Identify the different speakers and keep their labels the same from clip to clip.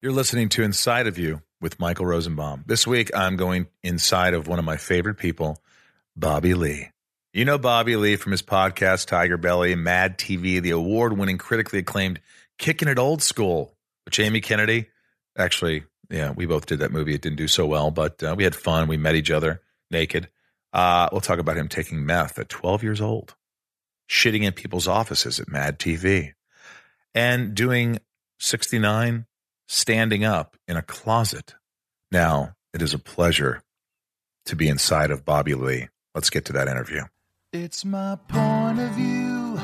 Speaker 1: You're listening to Inside of You with Michael Rosenbaum. This week, I'm going inside of one of my favorite people, Bobby Lee. You know Bobby Lee from his podcast, Tiger Belly, Mad TV, the award winning, critically acclaimed Kicking It Old School with Jamie Kennedy. Actually, yeah, we both did that movie. It didn't do so well, but uh, we had fun. We met each other naked. Uh, we'll talk about him taking meth at 12 years old, shitting in people's offices at Mad TV, and doing 69 standing up in a closet. Now, it is a pleasure to be inside of Bobby Lee. Let's get to that interview. It's my point of view.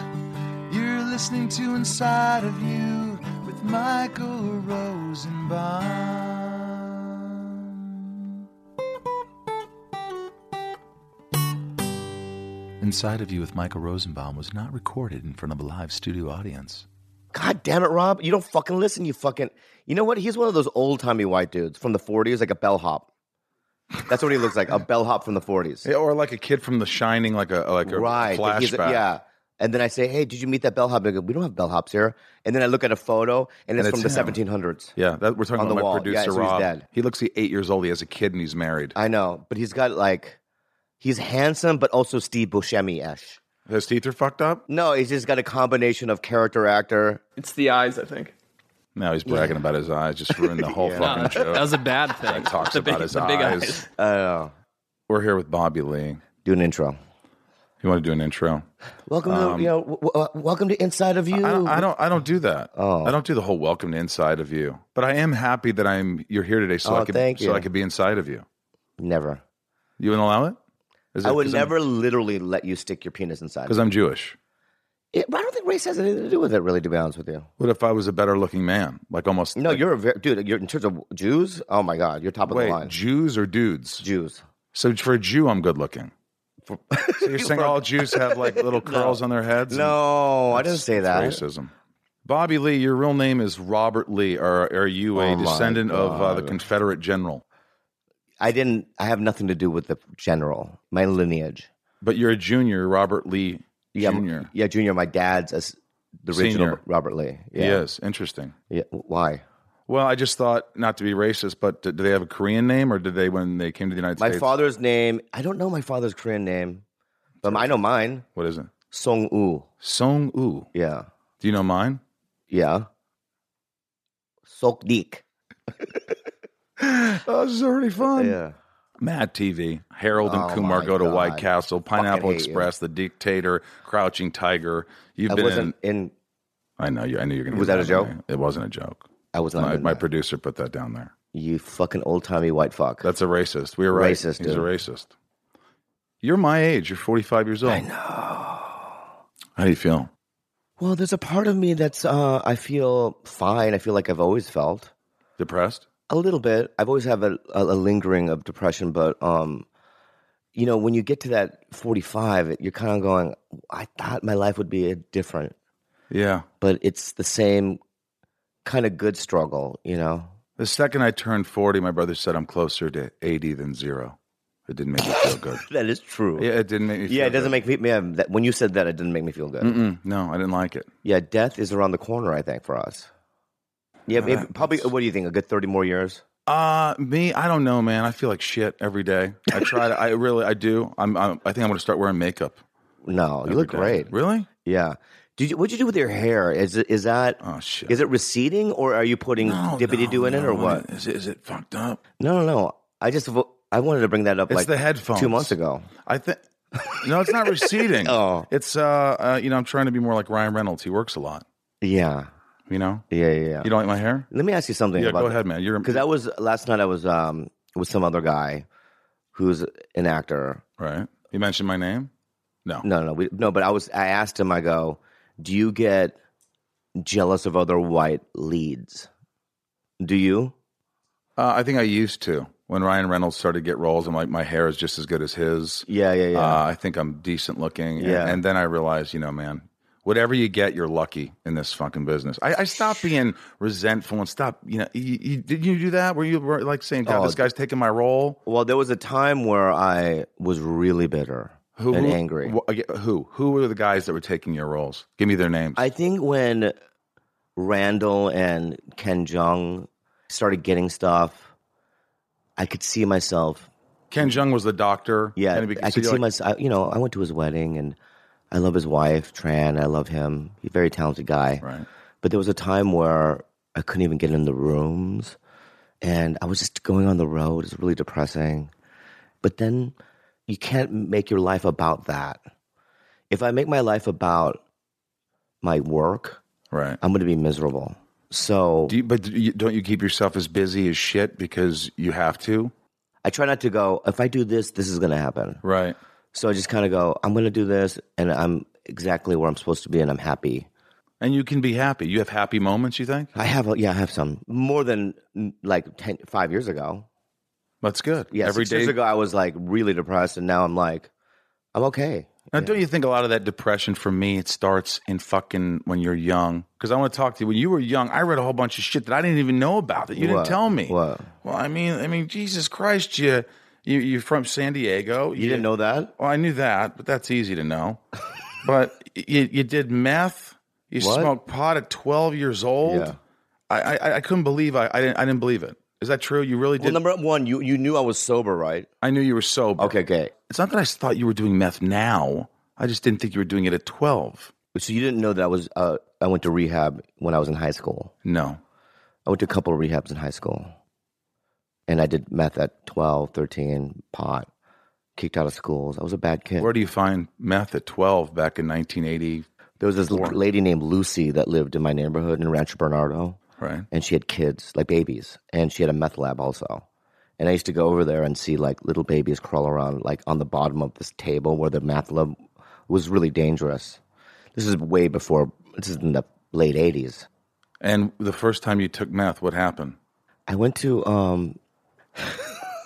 Speaker 1: You're listening to Inside of You with Michael Rosenbaum. Inside of You with Michael Rosenbaum was not recorded in front of a live studio audience.
Speaker 2: God damn it, Rob. You don't fucking listen, you fucking. You know what? He's one of those old timey white dudes from the 40s, like a bellhop. That's what he looks like, a bellhop from the 40s.
Speaker 1: Yeah, or like a kid from The Shining, like a like a
Speaker 2: right. like he's a-
Speaker 1: flashback.
Speaker 2: yeah. And then I say, hey, did you meet that bellhop? They go, we don't have bellhops here. And then I look at a photo and it's
Speaker 1: it's
Speaker 2: from the
Speaker 1: him.
Speaker 2: 1700s.
Speaker 1: Yeah, that, we're talking
Speaker 2: On
Speaker 1: about
Speaker 2: the
Speaker 1: my
Speaker 2: wall. Yeah,
Speaker 1: producer
Speaker 2: so he's
Speaker 1: Rob.
Speaker 2: dead.
Speaker 1: He looks he eight years old. He has a kid and he's married.
Speaker 2: I know, but he's got like, he's handsome, but also Steve Buscemi esh.
Speaker 1: His teeth are fucked up.
Speaker 2: No, he's just got a combination of character actor.
Speaker 3: It's the eyes, I think.
Speaker 1: Now he's bragging about his eyes. Just ruined the whole
Speaker 3: No,
Speaker 1: fucking
Speaker 3: that,
Speaker 1: show.
Speaker 3: that was a bad thing.
Speaker 1: talks
Speaker 3: the big,
Speaker 1: about his
Speaker 3: the big
Speaker 1: eyes.
Speaker 2: I don't know.
Speaker 1: We're here with Bobby Lee.
Speaker 2: Do an intro.
Speaker 1: You want to do an intro?
Speaker 2: Welcome to, you know, w- w- uh, welcome to Inside of
Speaker 1: Um,
Speaker 2: You.
Speaker 1: I don't, I don't. I don't do that.
Speaker 2: Oh.
Speaker 1: I don't do the whole welcome to inside of you. But I am happy that I'm. You're here today, so
Speaker 2: Oh,
Speaker 1: I could.
Speaker 2: thank
Speaker 1: So
Speaker 2: you.
Speaker 1: I could be inside of you.
Speaker 2: Never.
Speaker 1: You wouldn't allow it? Is
Speaker 2: I
Speaker 1: it-
Speaker 2: would
Speaker 1: 'cause
Speaker 2: never literally let you stick your penis inside.
Speaker 1: Because I'm Jewish.
Speaker 2: It, I don't think race has anything to do with it, really, to be honest with you.
Speaker 1: What if I was a better looking man? Like almost.
Speaker 2: No,
Speaker 1: like-
Speaker 2: you're a very, dude. You're in terms of Jews. Oh my God, you're top of the
Speaker 1: Wait,
Speaker 2: line.
Speaker 1: Jews or dudes?
Speaker 2: Jews.
Speaker 1: So for a Jew, I'm good looking. so you're saying all Jews have like little curls on their heads? and-
Speaker 2: No, I didn't say that.
Speaker 1: That's Racism. Bobby Lee, your real name is Robert Lee. Are, are you a
Speaker 2: Oh my
Speaker 1: descendant of uh, the
Speaker 2: God.
Speaker 1: Confederate general?
Speaker 2: I didn't. I have nothing to do with the general. My lineage.
Speaker 1: But you're a junior, Robert Lee
Speaker 2: Yeah, m-
Speaker 1: Jr.
Speaker 2: Yeah, junior. My dad's as the original
Speaker 1: Senior.
Speaker 2: Robert Lee. Yeah.
Speaker 1: Yes, interesting.
Speaker 2: Yeah, Why?
Speaker 1: Well, I just thought not to be racist, but do do they have a Korean name, or did they when they came to the United
Speaker 2: My
Speaker 1: States?
Speaker 2: father's name. I don't know my father's Korean name, but I know mine.
Speaker 1: What is it?
Speaker 2: Song U.
Speaker 1: Song U.
Speaker 2: Yeah.
Speaker 1: Do you know mine?
Speaker 2: Yeah. Sok Dik.
Speaker 1: Oh, this is already fun.
Speaker 2: Yeah.
Speaker 1: Mad TV, Harold and
Speaker 2: Oh,
Speaker 1: Kumar
Speaker 2: my
Speaker 1: go to
Speaker 2: God.
Speaker 1: White Castle, Pineapple
Speaker 2: hate you.
Speaker 1: Express, The Dictator, Crouching Tiger. You've
Speaker 2: I
Speaker 1: been.
Speaker 2: wasn't in.
Speaker 1: I know you. I knew you were going to.
Speaker 2: Was that a joke?
Speaker 1: It wasn't a joke.
Speaker 2: I was not.
Speaker 1: My,
Speaker 2: in
Speaker 1: my
Speaker 2: that.
Speaker 1: producer put that down there.
Speaker 2: You fucking old timey white fuck.
Speaker 1: That's a racist. We were right.
Speaker 2: Racist,
Speaker 1: He's
Speaker 2: dude.
Speaker 1: a racist. You're my age. You're 45 years old. I know. How do you feel?
Speaker 2: well, there's a part of me that's uh, I feel fine. I feel like I've always felt
Speaker 1: Depressed?
Speaker 2: a little bit. I've always have a, a, a lingering of depression, but um, you know, when you get to that 45, you're kind of going, I thought my life would be different,
Speaker 1: Yeah.
Speaker 2: but it's the same kind of good struggle, you know.
Speaker 1: The second I turned 40, my brother said I'm closer to 80 than zero. It didn't make me feel good.
Speaker 2: That is true.
Speaker 1: Yeah, it didn't make me.
Speaker 2: Yeah,
Speaker 1: feel
Speaker 2: it Mm. doesn't
Speaker 1: good.
Speaker 2: make me. Man, that, when you said that, it didn't make me feel good.
Speaker 1: Mm-mm. No, I didn't like it.
Speaker 2: Yeah, death is around the corner. I think for us. Yeah, maybe, probably. What do you think? A good thirty more years.
Speaker 1: Uh, me, I don't know, man. I feel like shit every day. I try to. I really, I do. I'm. I'm I think I'm going to start wearing makeup.
Speaker 2: No, you
Speaker 1: every
Speaker 2: look
Speaker 1: day.
Speaker 2: great.
Speaker 1: Really?
Speaker 2: Yeah. Did you, what'd you do with your hair? Is it, is that
Speaker 1: Oh shit.
Speaker 2: is it receding or are you putting dippity doo in it or
Speaker 1: no.
Speaker 2: what?
Speaker 1: Is it, is it fucked up?
Speaker 2: No, no, no. I just vo- I wanted to bring that up
Speaker 1: It's
Speaker 2: like
Speaker 1: the headphones.
Speaker 2: two months ago.
Speaker 1: I think. No, it's not receding.
Speaker 2: Oh.
Speaker 1: it's uh, uh, you know, I'm trying to be more like Ryan Reynolds. He works a lot.
Speaker 2: Yeah,
Speaker 1: You know.
Speaker 2: yeah, yeah. yeah.
Speaker 1: You don't like my hair?
Speaker 2: Let me ask you something.
Speaker 1: Yeah.
Speaker 2: about
Speaker 1: Go ahead, man. You're
Speaker 2: Because I was last night. I was um with some other guy who's an actor.
Speaker 1: right. You mentioned my name. No.
Speaker 2: No, no, we, no. But I was. I asked him. I go, do you get jealous of other white leads? Do you?
Speaker 1: Uh, I think I used to when Ryan Reynolds started to get roles. I'm like, my hair is just as good as his.
Speaker 2: Yeah, yeah, yeah.
Speaker 1: Uh, I think I'm decent looking. And-
Speaker 2: Yeah.
Speaker 1: And, then I realized, you know, man, whatever you get, you're lucky in this fucking business. I, I stopped being resentful and stop. You know, you, you, did you do that? Were you were like saying, God,
Speaker 2: Oh,
Speaker 1: this guy's taking my role?
Speaker 2: Well, there was a time where I was really bitter and angry.
Speaker 1: wh- again, who? Who were the guys that were taking your roles? Give me their names.
Speaker 2: I think when Randall and Ken Jong started getting stuff. I could see myself.
Speaker 1: Ken Jung was the doctor.
Speaker 2: Yeah,
Speaker 1: And it-
Speaker 2: I
Speaker 1: so
Speaker 2: could
Speaker 1: you're
Speaker 2: see
Speaker 1: like,
Speaker 2: myself. You know, I went to his wedding, and I love his wife Tran. I love him. He's a very talented guy.
Speaker 1: Right.
Speaker 2: But there was a time where I couldn't even get in the rooms, and I was just going on the road. It's really depressing. But then you can't make your life about that. If I make my life about my work,
Speaker 1: Right.
Speaker 2: I'm going to be miserable. So
Speaker 1: Do you, but do you, don't you keep yourself as busy as shit because you have to?
Speaker 2: I try not to go. If I do this, this is going to happen.
Speaker 1: Right.
Speaker 2: So I just kind of go. I'm going to do this, and I'm exactly where I'm supposed to be, and I'm happy.
Speaker 1: And you can be happy. You have happy moments, you think?
Speaker 2: I have, a, yeah, I have some more than mm, like 10, five years ago.
Speaker 1: That's good.
Speaker 2: Yeah,
Speaker 1: Every
Speaker 2: six years
Speaker 1: day-
Speaker 2: ago I was like really depressed, and now I'm like, I'm okay.
Speaker 1: Now, don't you think a lot of that depression for me it starts in fucking when you're young? Because I want to talk to you. When you were young, I read a whole bunch of shit that I didn't even know about that you
Speaker 2: What?
Speaker 1: didn't tell me.
Speaker 2: What?
Speaker 1: Well, I mean, I mean, Jesus Christ, you, you you're from San Diego.
Speaker 2: You didn't know that?
Speaker 1: Well, I knew that, but that's easy to know. but you you did meth. You
Speaker 2: What?
Speaker 1: smoked pot at 12 years old.
Speaker 2: Yeah.
Speaker 1: I, I I couldn't believe I I didn't I didn't believe it. Is that true? You really
Speaker 2: Well,
Speaker 1: did.
Speaker 2: number one, you you knew I was sober, right?
Speaker 1: I knew you were sober.
Speaker 2: Okay, okay.
Speaker 1: It's not that I thought you were doing meth now. I just didn't think you were doing it at 12.
Speaker 2: So you didn't know that I was. Uh, I went to rehab when I was in high school.
Speaker 1: No.
Speaker 2: I went to a couple of rehabs in high school, and I did meth at 12, 13, pot, kicked out of schools. I was a bad kid.
Speaker 1: Where do you find meth at 12 back in 1980?
Speaker 2: There was this l- lady named Lucy that lived in my neighborhood in Rancho Bernardo,
Speaker 1: Right.
Speaker 2: and she had kids, like babies, and she had a meth lab also. And I used to go over there and see like little babies crawl around, like on the bottom of this table where the meth lab was really dangerous. This is way before. This is in the late '80s.
Speaker 1: And the first time you took meth, what happened?
Speaker 2: I went to um,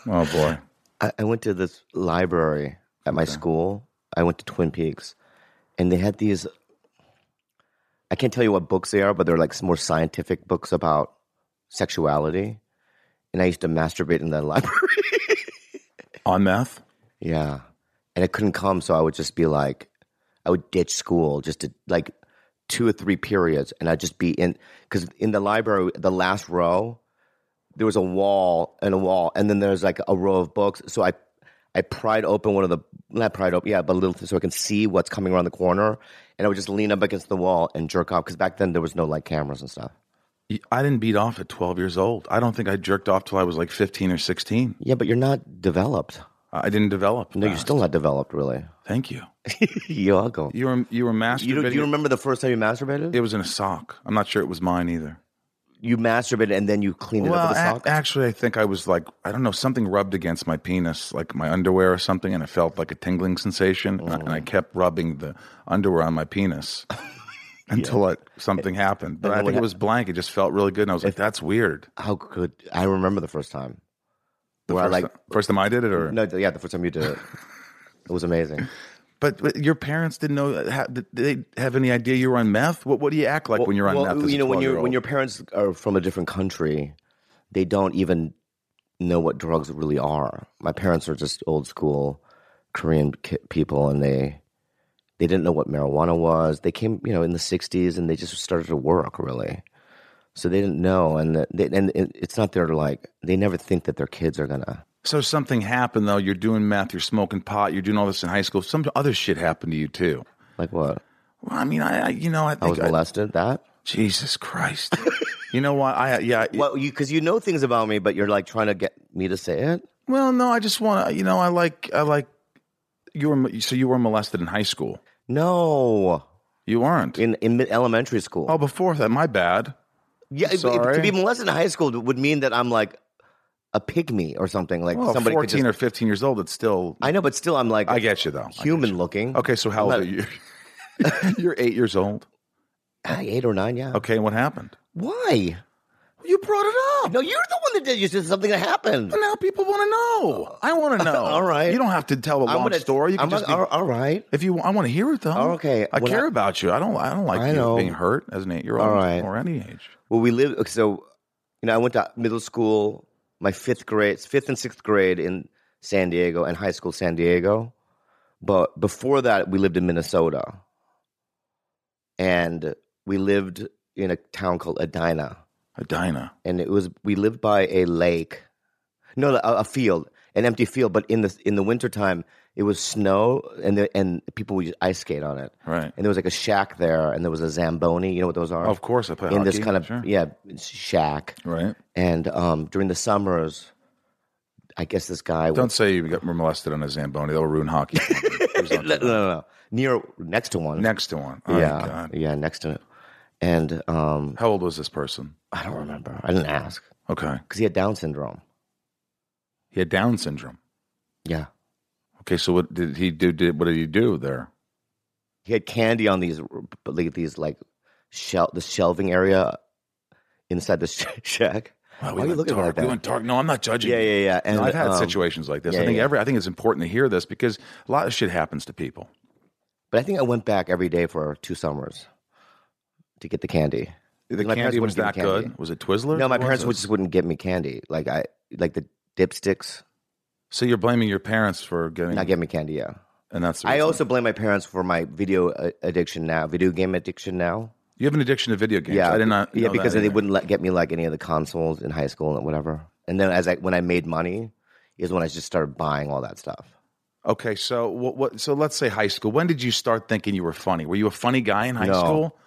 Speaker 1: Oh boy.
Speaker 2: I, I went to this library at my school. I went to Twin Peaks, and they had these. I can't tell you what books they are, but they're like some more scientific books about sexuality. And I used to masturbate in that library.
Speaker 1: On meth?
Speaker 2: yeah, and I couldn't come, so I would just be like, I would ditch school just to like two or three periods, and I'd just be in because in the library, the last row, there was a wall and a wall, and then there's like a row of books. So I, I pried open one of the not pried open, yeah, but a little so I can see what's coming around the corner, and I would just lean up against the wall and jerk off because back then there was no like cameras and stuff.
Speaker 1: I didn't beat off at 12 years old. I don't think I jerked off till I was like 15 or 16.
Speaker 2: Yeah, but you're not developed.
Speaker 1: I didn't develop.
Speaker 2: No, you're still not developed, really.
Speaker 1: Thank you.
Speaker 2: you're welcome.
Speaker 1: You were you were masturbating.
Speaker 2: You, do you remember the first time you masturbated?
Speaker 1: it was in a sock. I'm not sure it was mine either.
Speaker 2: you masturbated and then you cleaned it
Speaker 1: Well,
Speaker 2: up with a
Speaker 1: ac-
Speaker 2: sock.
Speaker 1: actually, I think I was like, I don't know, something rubbed against my penis, like my underwear or something, and I felt like a tingling sensation, and, I, and I
Speaker 2: Oh.
Speaker 1: kept rubbing the underwear on my penis until it, something happened. But
Speaker 2: And
Speaker 1: I
Speaker 2: then
Speaker 1: think
Speaker 2: what
Speaker 1: it was blank. It just felt really good, and I was like, that's weird.
Speaker 2: How good! I remember the first time.
Speaker 1: The
Speaker 2: Well, I
Speaker 1: first,
Speaker 2: like-
Speaker 1: ti- first time I did it, or
Speaker 2: No, yeah, the first time you did it, it was amazing.
Speaker 1: but, but your parents didn't know. ha- Did they have any idea you were on meth? What What do you act like when you're on meth?
Speaker 2: well,
Speaker 1: as a
Speaker 2: you know, when your
Speaker 1: 12-year-old?
Speaker 2: when your parents are from a different country, they don't even know what drugs really are. My parents are just old school Korean ki- people, and they they didn't know what marijuana was. They came, you know, in the '60s, and they just started to work really. So they didn't know, and they, and it, it's not their like they never think that their kids are gonna.
Speaker 1: So something happened though. You're doing meth. You're smoking pot. You're doing all this in high school. Some other shit happened to you too.
Speaker 2: Like what?
Speaker 1: Well, I mean, I, I you know, I
Speaker 2: I was
Speaker 1: think I-
Speaker 2: molested. That
Speaker 1: Jesus Christ. you know what? I yeah. I-
Speaker 2: well, you because you know things about me, but you're like trying to get me to say it.
Speaker 1: Well, no, I just want to. You know, I like I like. You were mo- so you were molested in high school.
Speaker 2: No,
Speaker 1: You weren't.
Speaker 2: in in mid- elementary school.
Speaker 1: oh, before that, my bad.
Speaker 2: Yeah, if- if-
Speaker 1: Sorry.
Speaker 2: to be molested in high school would mean that I'm like a pygmy or something. Like
Speaker 1: Well,
Speaker 2: somebody could
Speaker 1: Oh, fourteen
Speaker 2: just,
Speaker 1: or fifteen years old. It's still.
Speaker 2: I know, but still, I'm like
Speaker 1: I get you though. I get
Speaker 2: human
Speaker 1: you.
Speaker 2: looking.
Speaker 1: Okay, so how old
Speaker 2: I'm
Speaker 1: are you? you're eight years old.
Speaker 2: Ah, eight or nine. Yeah.
Speaker 1: Okay, what happened?
Speaker 2: Why?
Speaker 1: You brought it up.
Speaker 2: No, you're the one that did. You said something that happened.
Speaker 1: But now people want to know. I want to know.
Speaker 2: All right.
Speaker 1: You don't have to tell a
Speaker 2: I'm
Speaker 1: long
Speaker 2: gonna-
Speaker 1: story. You can
Speaker 2: I'm
Speaker 1: just
Speaker 2: gonna-
Speaker 1: be-
Speaker 2: all- all right.
Speaker 1: if you. I want to hear it though.
Speaker 2: Oh, okay.
Speaker 1: I
Speaker 2: When
Speaker 1: care
Speaker 2: I-
Speaker 1: about you. I don't. I don't like
Speaker 2: I
Speaker 1: you
Speaker 2: know.
Speaker 1: being hurt as an eight year old
Speaker 2: All right.
Speaker 1: or any age.
Speaker 2: Well, we live. okay, So, you know, I went to middle school, my fifth grade, fifth and sixth grade in San Diego, and high school San Diego. But before that, we lived in Minnesota, and we lived in a town called Edina,
Speaker 1: Edina.
Speaker 2: and it was we lived by a lake no a, a field an empty field but in the in the wintertime it was snow and the, and people would ice skate on it
Speaker 1: Right.
Speaker 2: and there was like a shack there and there was a zamboni you know what those are
Speaker 1: of course, I play
Speaker 2: in this
Speaker 1: hockey,
Speaker 2: kind of
Speaker 1: sure.
Speaker 2: yeah shack
Speaker 1: Right.
Speaker 2: and um during the summers i guess this guy would-
Speaker 1: Don't say you got molested on a Zamboni. That'll ruin hockey. Who's on
Speaker 2: no, no, no, no. near next to one
Speaker 1: Next to one. Oh,
Speaker 2: yeah
Speaker 1: God.
Speaker 2: yeah next to it and um
Speaker 1: How old was this person?
Speaker 2: i don't remember i didn't ask
Speaker 1: Okay.
Speaker 2: because he had down syndrome
Speaker 1: He had Down syndrome.
Speaker 2: yeah
Speaker 1: Okay, so what did he do? Did what did he do there?
Speaker 2: he had candy on these like these like shell the shelving area inside the sh- shack.
Speaker 1: Wow,
Speaker 2: Why are you
Speaker 1: went
Speaker 2: looking
Speaker 1: dark.
Speaker 2: like that?
Speaker 1: We went dark. No, I'm not judging.
Speaker 2: Yeah,
Speaker 1: you.
Speaker 2: yeah, yeah. And
Speaker 1: No, I've had
Speaker 2: um,
Speaker 1: situations like this.
Speaker 2: yeah,
Speaker 1: I think
Speaker 2: yeah.
Speaker 1: every. I think it's important to hear this because a lot of shit happens to people.
Speaker 2: but I think I went back every day for two summers to get the candy.
Speaker 1: The
Speaker 2: My parents
Speaker 1: candy was that
Speaker 2: wouldn't give me candy.
Speaker 1: good. Was it Twizzlers?
Speaker 2: No, my
Speaker 1: What was
Speaker 2: parents would
Speaker 1: this?
Speaker 2: just wouldn't get me candy. Like I like the dipsticks,
Speaker 1: So you're blaming your parents for getting
Speaker 2: not get me candy. Yeah,
Speaker 1: and that's. the
Speaker 2: I
Speaker 1: reason.
Speaker 2: also blame my parents for my video uh, addiction now, video game addiction now.
Speaker 1: You have an addiction to video games.
Speaker 2: Yeah,
Speaker 1: I did not.
Speaker 2: Yeah,
Speaker 1: know
Speaker 2: because
Speaker 1: that
Speaker 2: they
Speaker 1: either.
Speaker 2: wouldn't let, get me like any of the consoles in high school and whatever. And then as I when I made money is when I just started buying all that stuff.
Speaker 1: Okay, so what, what? So let's say high school. When did you start thinking you were funny? Were you a funny guy in high
Speaker 2: No.
Speaker 1: school?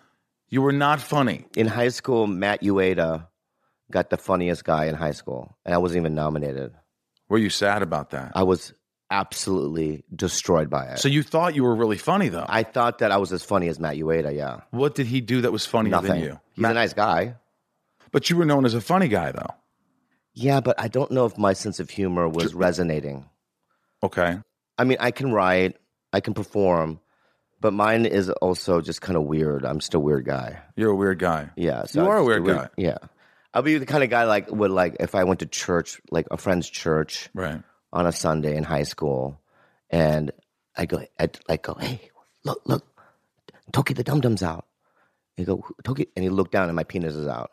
Speaker 1: You were not funny.
Speaker 2: in high school, Matt Ueda got the funniest guy in high school, and I wasn't even nominated.
Speaker 1: Were you sad about that?
Speaker 2: I was absolutely destroyed by it.
Speaker 1: so you thought you were really funny though.
Speaker 2: I thought that I was as funny as Matt Ueda. Yeah,
Speaker 1: what did he do that was funnier than
Speaker 2: nothing.
Speaker 1: you?
Speaker 2: He's a nice guy.
Speaker 1: But you were known as a funny guy though.
Speaker 2: Yeah, but I don't know if my sense of humor was resonating.
Speaker 1: Okay.
Speaker 2: I mean, I can write, I can perform, but mine is also just kind of weird. I'm just a weird guy.
Speaker 1: You're a weird guy.
Speaker 2: Yeah,
Speaker 1: You
Speaker 2: I
Speaker 1: are a
Speaker 2: just
Speaker 1: weird guy.
Speaker 2: Yeah, I'll be the kind of guy like would like if I went to church, like a friend's church,
Speaker 1: Right.
Speaker 2: on a Sunday in high school, and I go, I like go, hey, look, look, Toki the dum dum's out. He go, "Who- Toki, and he looked down, and my penis is out.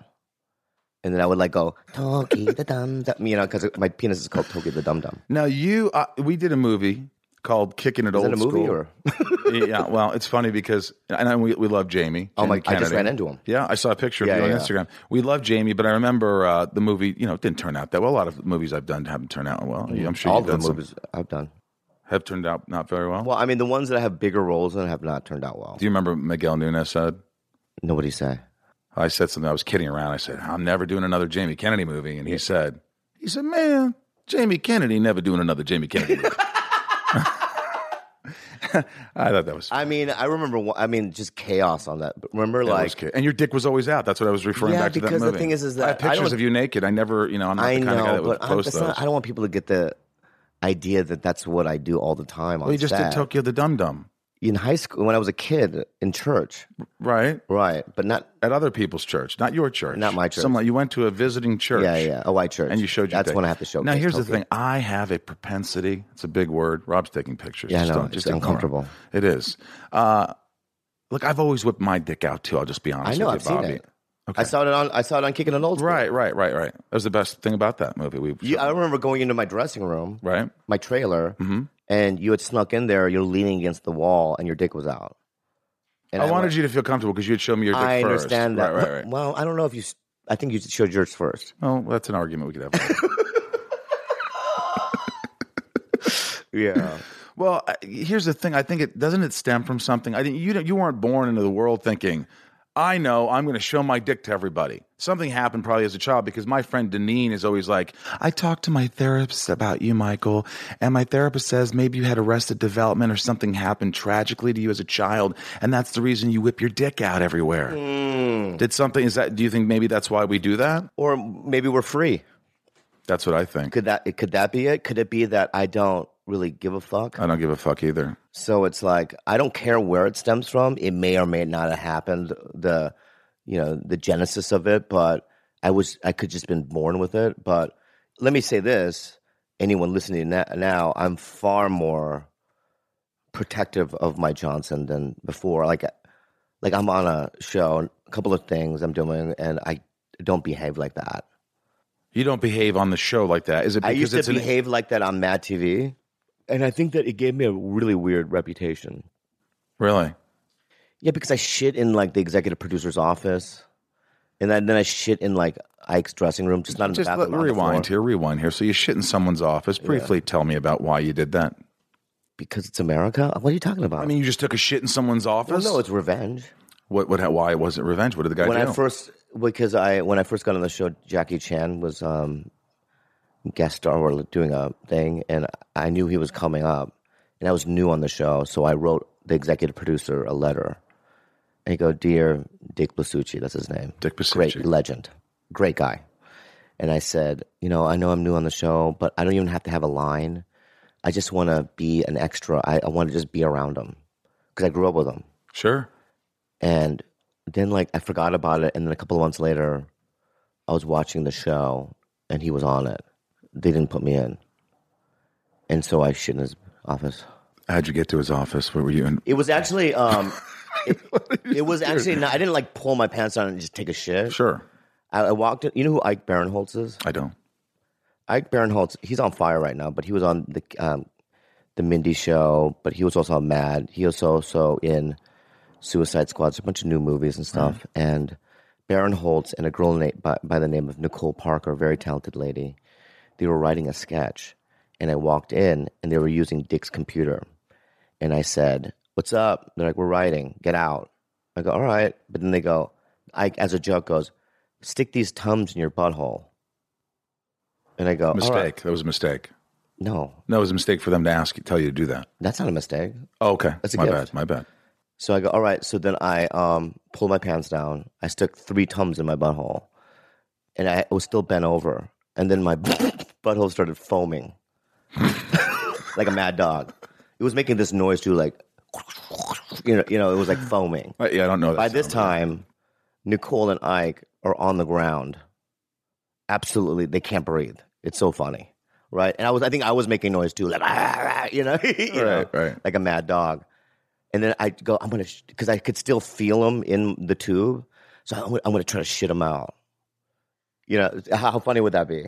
Speaker 2: And then I would like go, Toki the dum dum, you know, because my penis is called Toki the dum dum.
Speaker 1: Now you, uh, we did a movie called "Kicking It
Speaker 2: Is
Speaker 1: Old
Speaker 2: that a movie
Speaker 1: School."
Speaker 2: or?
Speaker 1: yeah. Well, it's funny because and I, we we love Jamie.
Speaker 2: Oh my!
Speaker 1: Jamie
Speaker 2: I just
Speaker 1: Kennedy.
Speaker 2: ran into him.
Speaker 1: Yeah, I saw a picture
Speaker 2: Yeah,
Speaker 1: of you
Speaker 2: yeah.
Speaker 1: on Instagram. We love Jamie, but I remember uh, the movie. You know, it didn't turn out that well. A lot of movies I've done haven't turned out well. I'm sure
Speaker 2: All
Speaker 1: you've
Speaker 2: the
Speaker 1: done some
Speaker 2: movies I've done.
Speaker 1: have turned out not very well.
Speaker 2: Well, I mean, the ones that have bigger roles and have not turned out well.
Speaker 1: Do you remember Miguel Nunes said?
Speaker 2: Nobody say.
Speaker 1: I said something. I was kidding around. I said, "I'm never doing another Jamie Kennedy movie," and he said, "He said, man, Jamie Kennedy never doing another Jamie Kennedy." movie. I thought that was.
Speaker 2: I mean, I remember. one- I mean, just chaos on that. Remember,
Speaker 1: That
Speaker 2: like
Speaker 1: was good. and your dick was always out. That's what I was referring
Speaker 2: Yeah,
Speaker 1: back to. that
Speaker 2: because the
Speaker 1: movie.
Speaker 2: thing is- is
Speaker 1: I
Speaker 2: that
Speaker 1: have
Speaker 2: I
Speaker 1: pictures
Speaker 2: don't-
Speaker 1: of you naked. I never, you know, I'm not
Speaker 2: I
Speaker 1: the kind of guy
Speaker 2: know,
Speaker 1: that would
Speaker 2: but I'm,
Speaker 1: post
Speaker 2: that's
Speaker 1: those.
Speaker 2: not, I don't want people to get the idea that that's what I do all the time on
Speaker 1: well, you just
Speaker 2: set.
Speaker 1: did Tokyo the Dum Dum,
Speaker 2: in high school when I was a kid in church,
Speaker 1: right?
Speaker 2: right? But not
Speaker 1: At other people's church, not your church,
Speaker 2: Not my church.
Speaker 1: Some, you went to a visiting church,
Speaker 2: yeah, yeah, a white church.
Speaker 1: and you showed your.
Speaker 2: that's
Speaker 1: dick.
Speaker 2: when I have to show.
Speaker 1: Now
Speaker 2: kids
Speaker 1: here's the
Speaker 2: Tokyo.
Speaker 1: thing: I have a propensity. It's a big word. Rob's taking pictures.
Speaker 2: Yeah, I
Speaker 1: just
Speaker 2: know,
Speaker 1: don't-
Speaker 2: it's
Speaker 1: just ignore him.
Speaker 2: uncomfortable.
Speaker 1: It is. Uh, look, I've always whipped my dick out too. I'll just be
Speaker 2: I
Speaker 1: honest.
Speaker 2: know,
Speaker 1: with
Speaker 2: I've
Speaker 1: you,
Speaker 2: seen
Speaker 1: Bobby.
Speaker 2: it.
Speaker 1: Okay.
Speaker 2: I saw it on. I saw it on Kicking an Old. School.
Speaker 1: Right, right, right, right. That was the best thing about that movie. We,
Speaker 2: You, I remember going into my dressing room,
Speaker 1: right.
Speaker 2: my trailer,
Speaker 1: Mhm.
Speaker 2: and you had snuck in there. You're leaning against the wall, and your dick was out. And
Speaker 1: I, wanted
Speaker 2: went-
Speaker 1: you to feel comfortable because you had shown me your dick
Speaker 2: I
Speaker 1: first.
Speaker 2: understand that.
Speaker 1: Right, right, right.
Speaker 2: Well, I don't know if you. s- I think you showed yours first.
Speaker 1: Well, that's an argument we could have.
Speaker 2: Yeah.
Speaker 1: Well, I- here's the thing. I think it doesn't it stem from something. I think you don't- you weren't born into the world thinking, I know I'm going to show my dick to everybody. Something happened probably as a child because my friend Deneen is always like, I talked to my therapist about you, Michael, and my therapist says maybe you had arrested development or something happened tragically to you as a child, and that's the reason you whip your dick out everywhere.
Speaker 2: Mm.
Speaker 1: Did something is that? Do you think maybe that's why we do that?
Speaker 2: Hmm. or maybe we're free.
Speaker 1: That's what I think.
Speaker 2: Could that could that be it? Could it be that I don't really give a fuck?
Speaker 1: I don't give a fuck either.
Speaker 2: So it's like I don't care where it stems from. It may or may not have happened the you know, the genesis of it, but I was I could just been born with it, but let me say this, anyone listening na- now, I'm far more protective of my Johnson than before. Like like I'm on a show, a couple of things I'm doing and I don't behave like that.
Speaker 1: You don't behave on the show like that. Is it
Speaker 2: I
Speaker 1: because
Speaker 2: used to
Speaker 1: it's an
Speaker 2: behave like that on Mad TV, and I think that it gave me a really weird reputation.
Speaker 1: really?
Speaker 2: Yeah, because I shit in like the executive producer's office, and then, then I shit in like Ike's dressing room, just not in
Speaker 1: Just
Speaker 2: the
Speaker 1: let,
Speaker 2: bathroom. on the
Speaker 1: rewind
Speaker 2: floor.
Speaker 1: here, rewind here. So you shit in someone's office. Briefly tell me about why you did that.
Speaker 2: because it's America. What are you talking about?
Speaker 1: I mean, you just took a shit in someone's
Speaker 2: well,
Speaker 1: office.
Speaker 2: no, it's revenge.
Speaker 1: what, what, why was it revenge? What did the guy
Speaker 2: when
Speaker 1: do?
Speaker 2: I first because I when I first got on the show, Jackie Chan was um, guest star or doing a thing, and I knew he was coming up, and I was new on the show, so I wrote the executive producer a letter. And he go, dear Dick Blasucci, that's his name.
Speaker 1: Dick Blasucci.
Speaker 2: great legend, great guy. And I said, you know, I know I'm new on the show, but I don't even have to have a line. I just want to be an extra. I, I want to just be around him because I grew up with him
Speaker 1: sure.
Speaker 2: and then like I forgot about it, and then a couple of months later, I was watching the show, and he was on it. They didn't put me in, and so I shit in his office.
Speaker 1: How'd you get to his office? Where were you? In?
Speaker 2: It was actually, um, it, it was actually not. I didn't like pull my pants down and just take a shit.
Speaker 1: Sure.
Speaker 2: I, I walked in. You know who Ike Barinholtz is?
Speaker 1: I don't.
Speaker 2: Oh, Ike Barinholtz. He's on fire right now, but he was on the um, the Mindy show. But he was also on Mad. He was also in Suicide Squad. It's a bunch of new movies and stuff. And Baron Holtz and a girl na- by, by the name of Nicole Parker, a very talented lady, they were writing a sketch. And I walked in and they were using Dick's computer. And I said, What's up? They're like, We're writing. Get out. I go, All right. But then they go, Ike, as a joke, goes, Stick these tums in your butthole. And I go, "All right."
Speaker 1: Mistake. That was a mistake.
Speaker 2: No,
Speaker 1: No, it was a mistake for them to ask you, tell you to do that.
Speaker 2: that's not a mistake.
Speaker 1: Oh, okay.
Speaker 2: That's a
Speaker 1: my
Speaker 2: gift.
Speaker 1: bad. My bad.
Speaker 2: So I go, all right. So then I um, pulled my pants down. I stuck three tums in my butthole, and I was still bent over. And then my butthole started foaming like a mad dog. It was making this noise too, like you know, you know, it was like foaming.
Speaker 1: Uh, yeah, I don't know. That
Speaker 2: By this
Speaker 1: sound.
Speaker 2: time, Nicole and Ike are on the ground. Absolutely, they can't breathe. It's so funny, right? And I was, I think I was making noise too, like you know, you know?
Speaker 1: Right, right.
Speaker 2: like a mad dog. And then I go, I'm gonna, because I could still feel him in the tube, so I'm gonna, I'm gonna try to shit him out. You know, how funny would that be?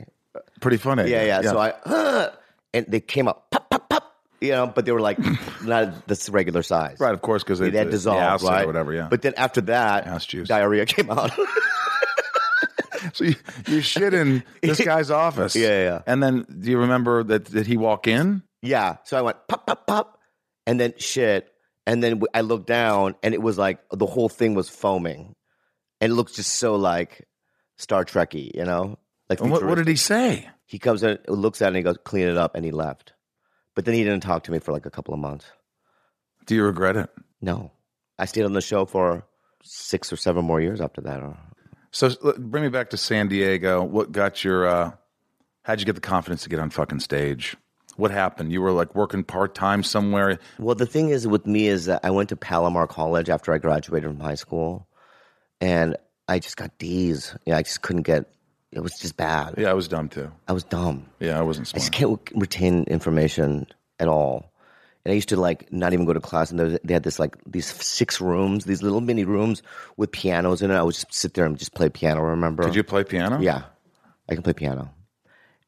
Speaker 1: Pretty funny.
Speaker 2: Yeah, yeah. So I, and they came up, pop, pop, pop. You know, but they were like not this regular size,
Speaker 1: right, of course, because they,
Speaker 2: That
Speaker 1: the- the
Speaker 2: dissolved,
Speaker 1: acid
Speaker 2: right?
Speaker 1: or whatever. Yeah.
Speaker 2: But then after that,
Speaker 1: Ass juice.
Speaker 2: diarrhea came out.
Speaker 1: so you, you shit in this guy's office.
Speaker 2: Yeah, yeah.
Speaker 1: And then do you remember that did he walk in?
Speaker 2: yeah. So I went pop, pop, pop, and then shit. And then w- I looked down, and it was like the whole thing was foaming, and it looked just so like Star Trekky, you know? Like
Speaker 1: And what, what did he say?
Speaker 2: he comes in, looks at it, and he goes, "Clean it up," and he left. But then he didn't talk to me for like a couple of months.
Speaker 1: Do you regret it?
Speaker 2: No, I stayed on the show for six or seven more years after that. Or
Speaker 1: So l- bring me back to San Diego. What got your? uh How'd you get the confidence to get on fucking stage? What happened? You were like working part time somewhere.
Speaker 2: Well, the thing is with me is that I went to Palomar College after I graduated from high school, and I just got D's. Yeah, I just couldn't get. It was just bad.
Speaker 1: Yeah, I was dumb too.
Speaker 2: I was dumb.
Speaker 1: Yeah, I wasn't
Speaker 2: I just
Speaker 1: smart.
Speaker 2: can't retain information at all. And I used to like not even go to class. And there was- they had this like these six rooms, these little mini rooms with pianos in it. I would just sit there and just play piano. Remember?
Speaker 1: Did you play piano?
Speaker 2: Yeah, I can play piano.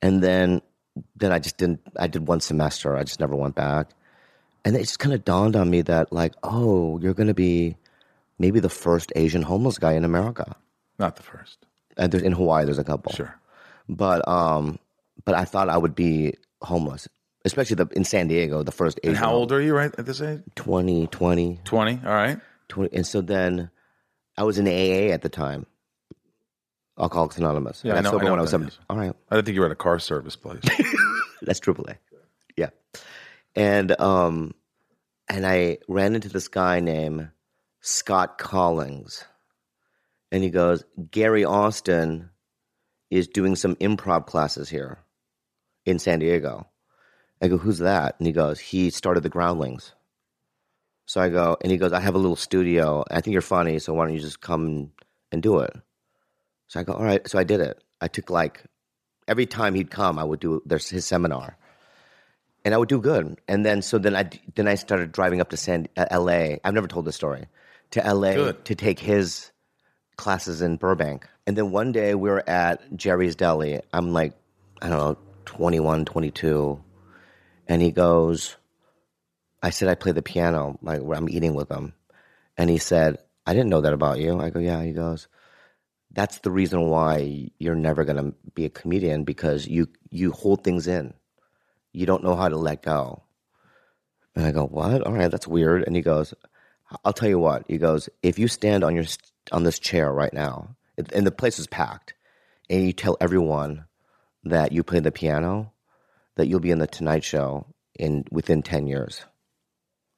Speaker 2: And then then I just didn't. I did one semester. I just never went back. And it just kind of dawned on me that like, oh, you're going to be maybe the first Asian homeless guy in America.
Speaker 1: not the first.
Speaker 2: And there's in Hawaii, there's a couple.
Speaker 1: Sure.
Speaker 2: But um, but I thought I would be homeless, especially the in San Diego, the first Asian.
Speaker 1: And how old are you right at this age?
Speaker 2: 20, 20,
Speaker 1: Twenty. All right.
Speaker 2: 20. And so then I was in AA at the time, Alcoholics Anonymous.
Speaker 1: Yeah,
Speaker 2: And
Speaker 1: I know-
Speaker 2: sober
Speaker 1: I know
Speaker 2: when
Speaker 1: what
Speaker 2: I was
Speaker 1: that
Speaker 2: 17.
Speaker 1: is.
Speaker 2: All right.
Speaker 1: I didn't think you were at a car service place.
Speaker 2: That's AAA. Yeah. And um and I ran into this guy named Scott Collins. And he goes, Gary Austin is doing some improv classes here in San Diego. I go, Who's that? And he goes, He started the groundlings. So I go, and he goes, I have a little studio. I think you're funny, so why don't you just come and do it? So I go, all right. So I did it. I took like every time he'd come, I would do their, his seminar, and I would do good. And then so then I then I started driving up to San uh, L.A. I've never told this story to L.A.
Speaker 1: Good.
Speaker 2: to take his classes in Burbank. And then one day we were at Jerry's Deli. I'm like, I don't know, 21, 22, and he goes. I said I play the piano, like where I'm eating with him. And he said, I didn't know that about you. I go, yeah. He goes, that's the reason why you're never going to be a comedian because you you hold things in. You don't know how to let go. And I go, "What? All right, that's weird." And he goes, "I'll tell you what." He goes, "If you stand on your st- on this chair right now, and the place is packed, and you tell everyone that you play the piano, that you'll be on the Tonight Show in within ten years."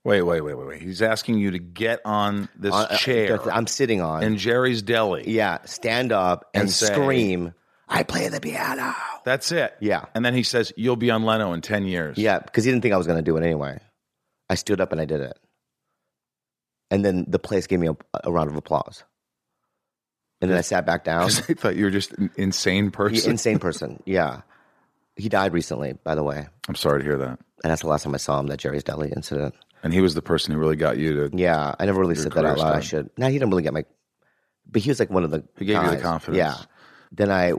Speaker 1: Wait, wait, wait, wait, wait. He's asking you to get on this
Speaker 2: On- uh,
Speaker 1: chair
Speaker 2: that I'm sitting on.
Speaker 1: in Jerry's Deli.
Speaker 2: yeah, stand up and,
Speaker 1: And say-
Speaker 2: scream, "I play the piano."
Speaker 1: That's it.
Speaker 2: Yeah.
Speaker 1: And then he says, You'll be on Leno in 10 years.
Speaker 2: Yeah, because he didn't think I was going to do it anyway. I stood up and I did it. And then the place gave me a, a round of applause. And then I sat back down.
Speaker 1: Because I thought you were just an insane
Speaker 2: You
Speaker 1: person.
Speaker 2: insane person. Yeah. He died recently, by the way.
Speaker 1: I'm sorry to hear that.
Speaker 2: And that's the last time I saw him, that Jerry's Deli incident.
Speaker 1: And he was the person who really got you to.
Speaker 2: Yeah, I never really
Speaker 1: Your
Speaker 2: said that out
Speaker 1: career's
Speaker 2: loud. I
Speaker 1: done.
Speaker 2: should. No, he didn't really get my. But he was like one of the.
Speaker 1: He gave you the
Speaker 2: guys.
Speaker 1: confidence.
Speaker 2: Yeah. Then I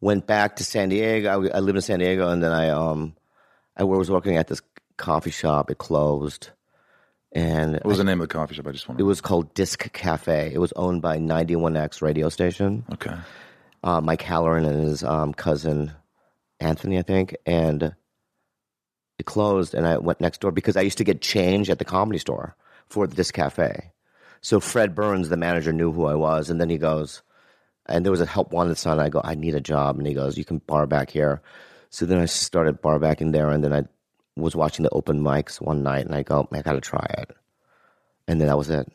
Speaker 2: went back to San Diego. I, I lived in San Diego, and then I um, I was working at this coffee shop. It closed, and
Speaker 1: What was the name of the coffee shop? I just want
Speaker 2: it
Speaker 1: to.
Speaker 2: was called Disc Cafe. It was owned by 91X Radio Station.
Speaker 1: Okay.
Speaker 2: Uh, Mike Halloran and his um, cousin Anthony, I think, and it closed. And I went next door because I used to get change at the comedy store for this cafe. So Fred Burns, the manager, knew who I was, and then he goes, and there was a help wanted sign. I go, I need a job, and he goes, you can bar back here. So then I started bar backing there, and then I was watching the open mics one night, and I go, I gotta try it, and then that was it.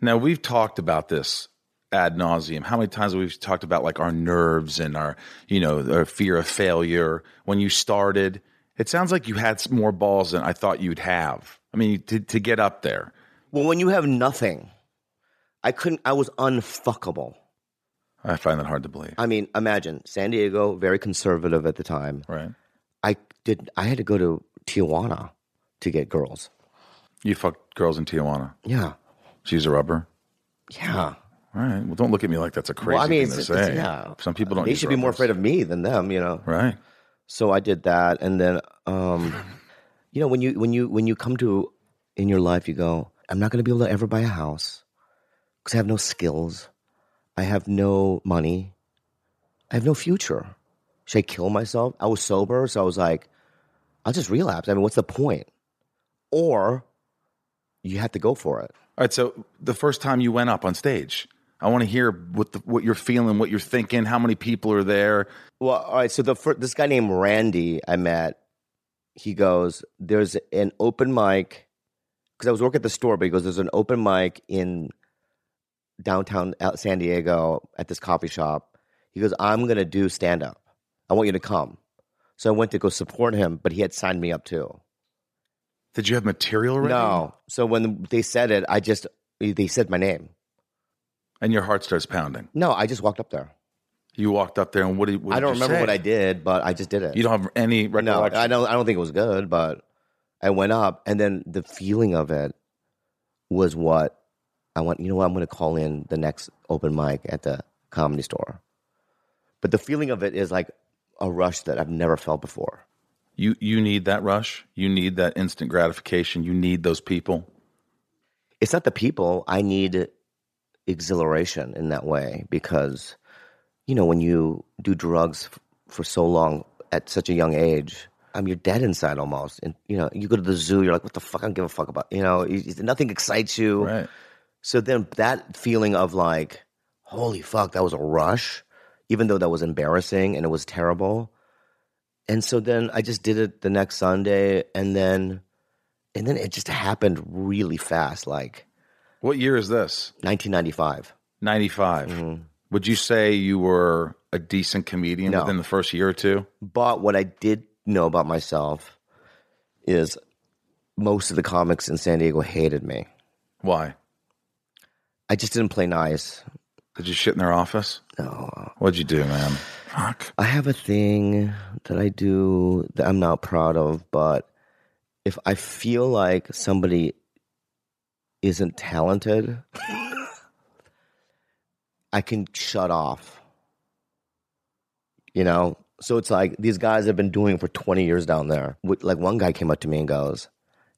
Speaker 1: Now, we've talked about this ad nauseum. How many times we've talked about like our nerves and our, you know, our fear of failure. When you started, it sounds like you had some more balls than I thought you'd have. I mean, to, to get up there.
Speaker 2: Well, when you have nothing, I couldn't. I was unfuckable.
Speaker 1: I find that hard to believe.
Speaker 2: I mean, imagine San Diego, very conservative at the time.
Speaker 1: Right.
Speaker 2: I did. I had to go to Tijuana to get girls.
Speaker 1: You fucked girls in Tijuana.
Speaker 2: Yeah,
Speaker 1: She's a rubber.
Speaker 2: yeah.
Speaker 1: All right. Well, don't look at me like that's a crazy
Speaker 2: well, I mean,
Speaker 1: thing to
Speaker 2: it's,
Speaker 1: say.
Speaker 2: it's- yeah. Uh,
Speaker 1: Some people don't.
Speaker 2: They
Speaker 1: use
Speaker 2: should be more
Speaker 1: rubbers.
Speaker 2: afraid of me than them, you know.
Speaker 1: Right.
Speaker 2: So I did that, and then, um, you know, when you when you when you come to in your life, you go, I'm not going to be able to ever buy a house because I have no skills, I have no money, I have no future. Should I kill myself? I was sober, so I was like, I'll just relapse. I mean, what's the point? Or you have to go for it.
Speaker 1: All right. So the first time you went up on stage, I want to hear what the, what you're feeling, what you're thinking, how many people are there.
Speaker 2: Well, all right. So the fir- this guy named Randy I met, he goes, "There's an open mic," because I was working at the store, but he goes, "There's an open mic in downtown El- San Diego at this coffee shop." He goes, "I'm gonna do stand up. I want you to come." So I went to go support him, but he had signed me up too.
Speaker 1: Did you have material already?
Speaker 2: No. So when they said it, I just they said my name.
Speaker 1: And your heart starts pounding.
Speaker 2: No, I just walked up there.
Speaker 1: You walked up there, and what? Did, what
Speaker 2: I
Speaker 1: did
Speaker 2: don't
Speaker 1: you
Speaker 2: remember
Speaker 1: say?
Speaker 2: what I did, but I just did it.
Speaker 1: You don't have any
Speaker 2: No,
Speaker 1: recollection.
Speaker 2: I don't. I don't think it was good, but I went up, and then the feeling of it was what I want. You know what? I'm going to call in the next open mic at the comedy store. But the feeling of it is like a rush that I've never felt before.
Speaker 1: You you need that rush. You need that instant gratification. You need those people.
Speaker 2: It's not the people. I need exhilaration in that way because, you know, when you do drugs f- for so long at such a young age, um, you're dead inside almost. And, you know, you go to the zoo, you're like, what the fuck? I don't give a fuck about, you know, you- you- nothing excites you.
Speaker 1: Right.
Speaker 2: So then that feeling of like, holy fuck, that was a rush, even though that was embarrassing and it was terrible. And so then I just did it the next Sunday and then and then it just happened really fast, like
Speaker 1: What year is this?
Speaker 2: 1995.
Speaker 1: 95. Would you say you were a decent comedian
Speaker 2: Mm-hmm. No.
Speaker 1: within the first year or two?
Speaker 2: But what I did know about myself is most of the comics in San Diego hated me.
Speaker 1: Why?
Speaker 2: I just didn't play nice.
Speaker 1: Did you shit in their office?
Speaker 2: No.
Speaker 1: What'd you do, man? Fuck.
Speaker 2: I have a thing that I do that I'm not proud of, but if I feel like somebody isn't talented, I can shut off. You know? So it's like these guys have been doing it for 20 years down there. With- Like one guy came up to me and goes,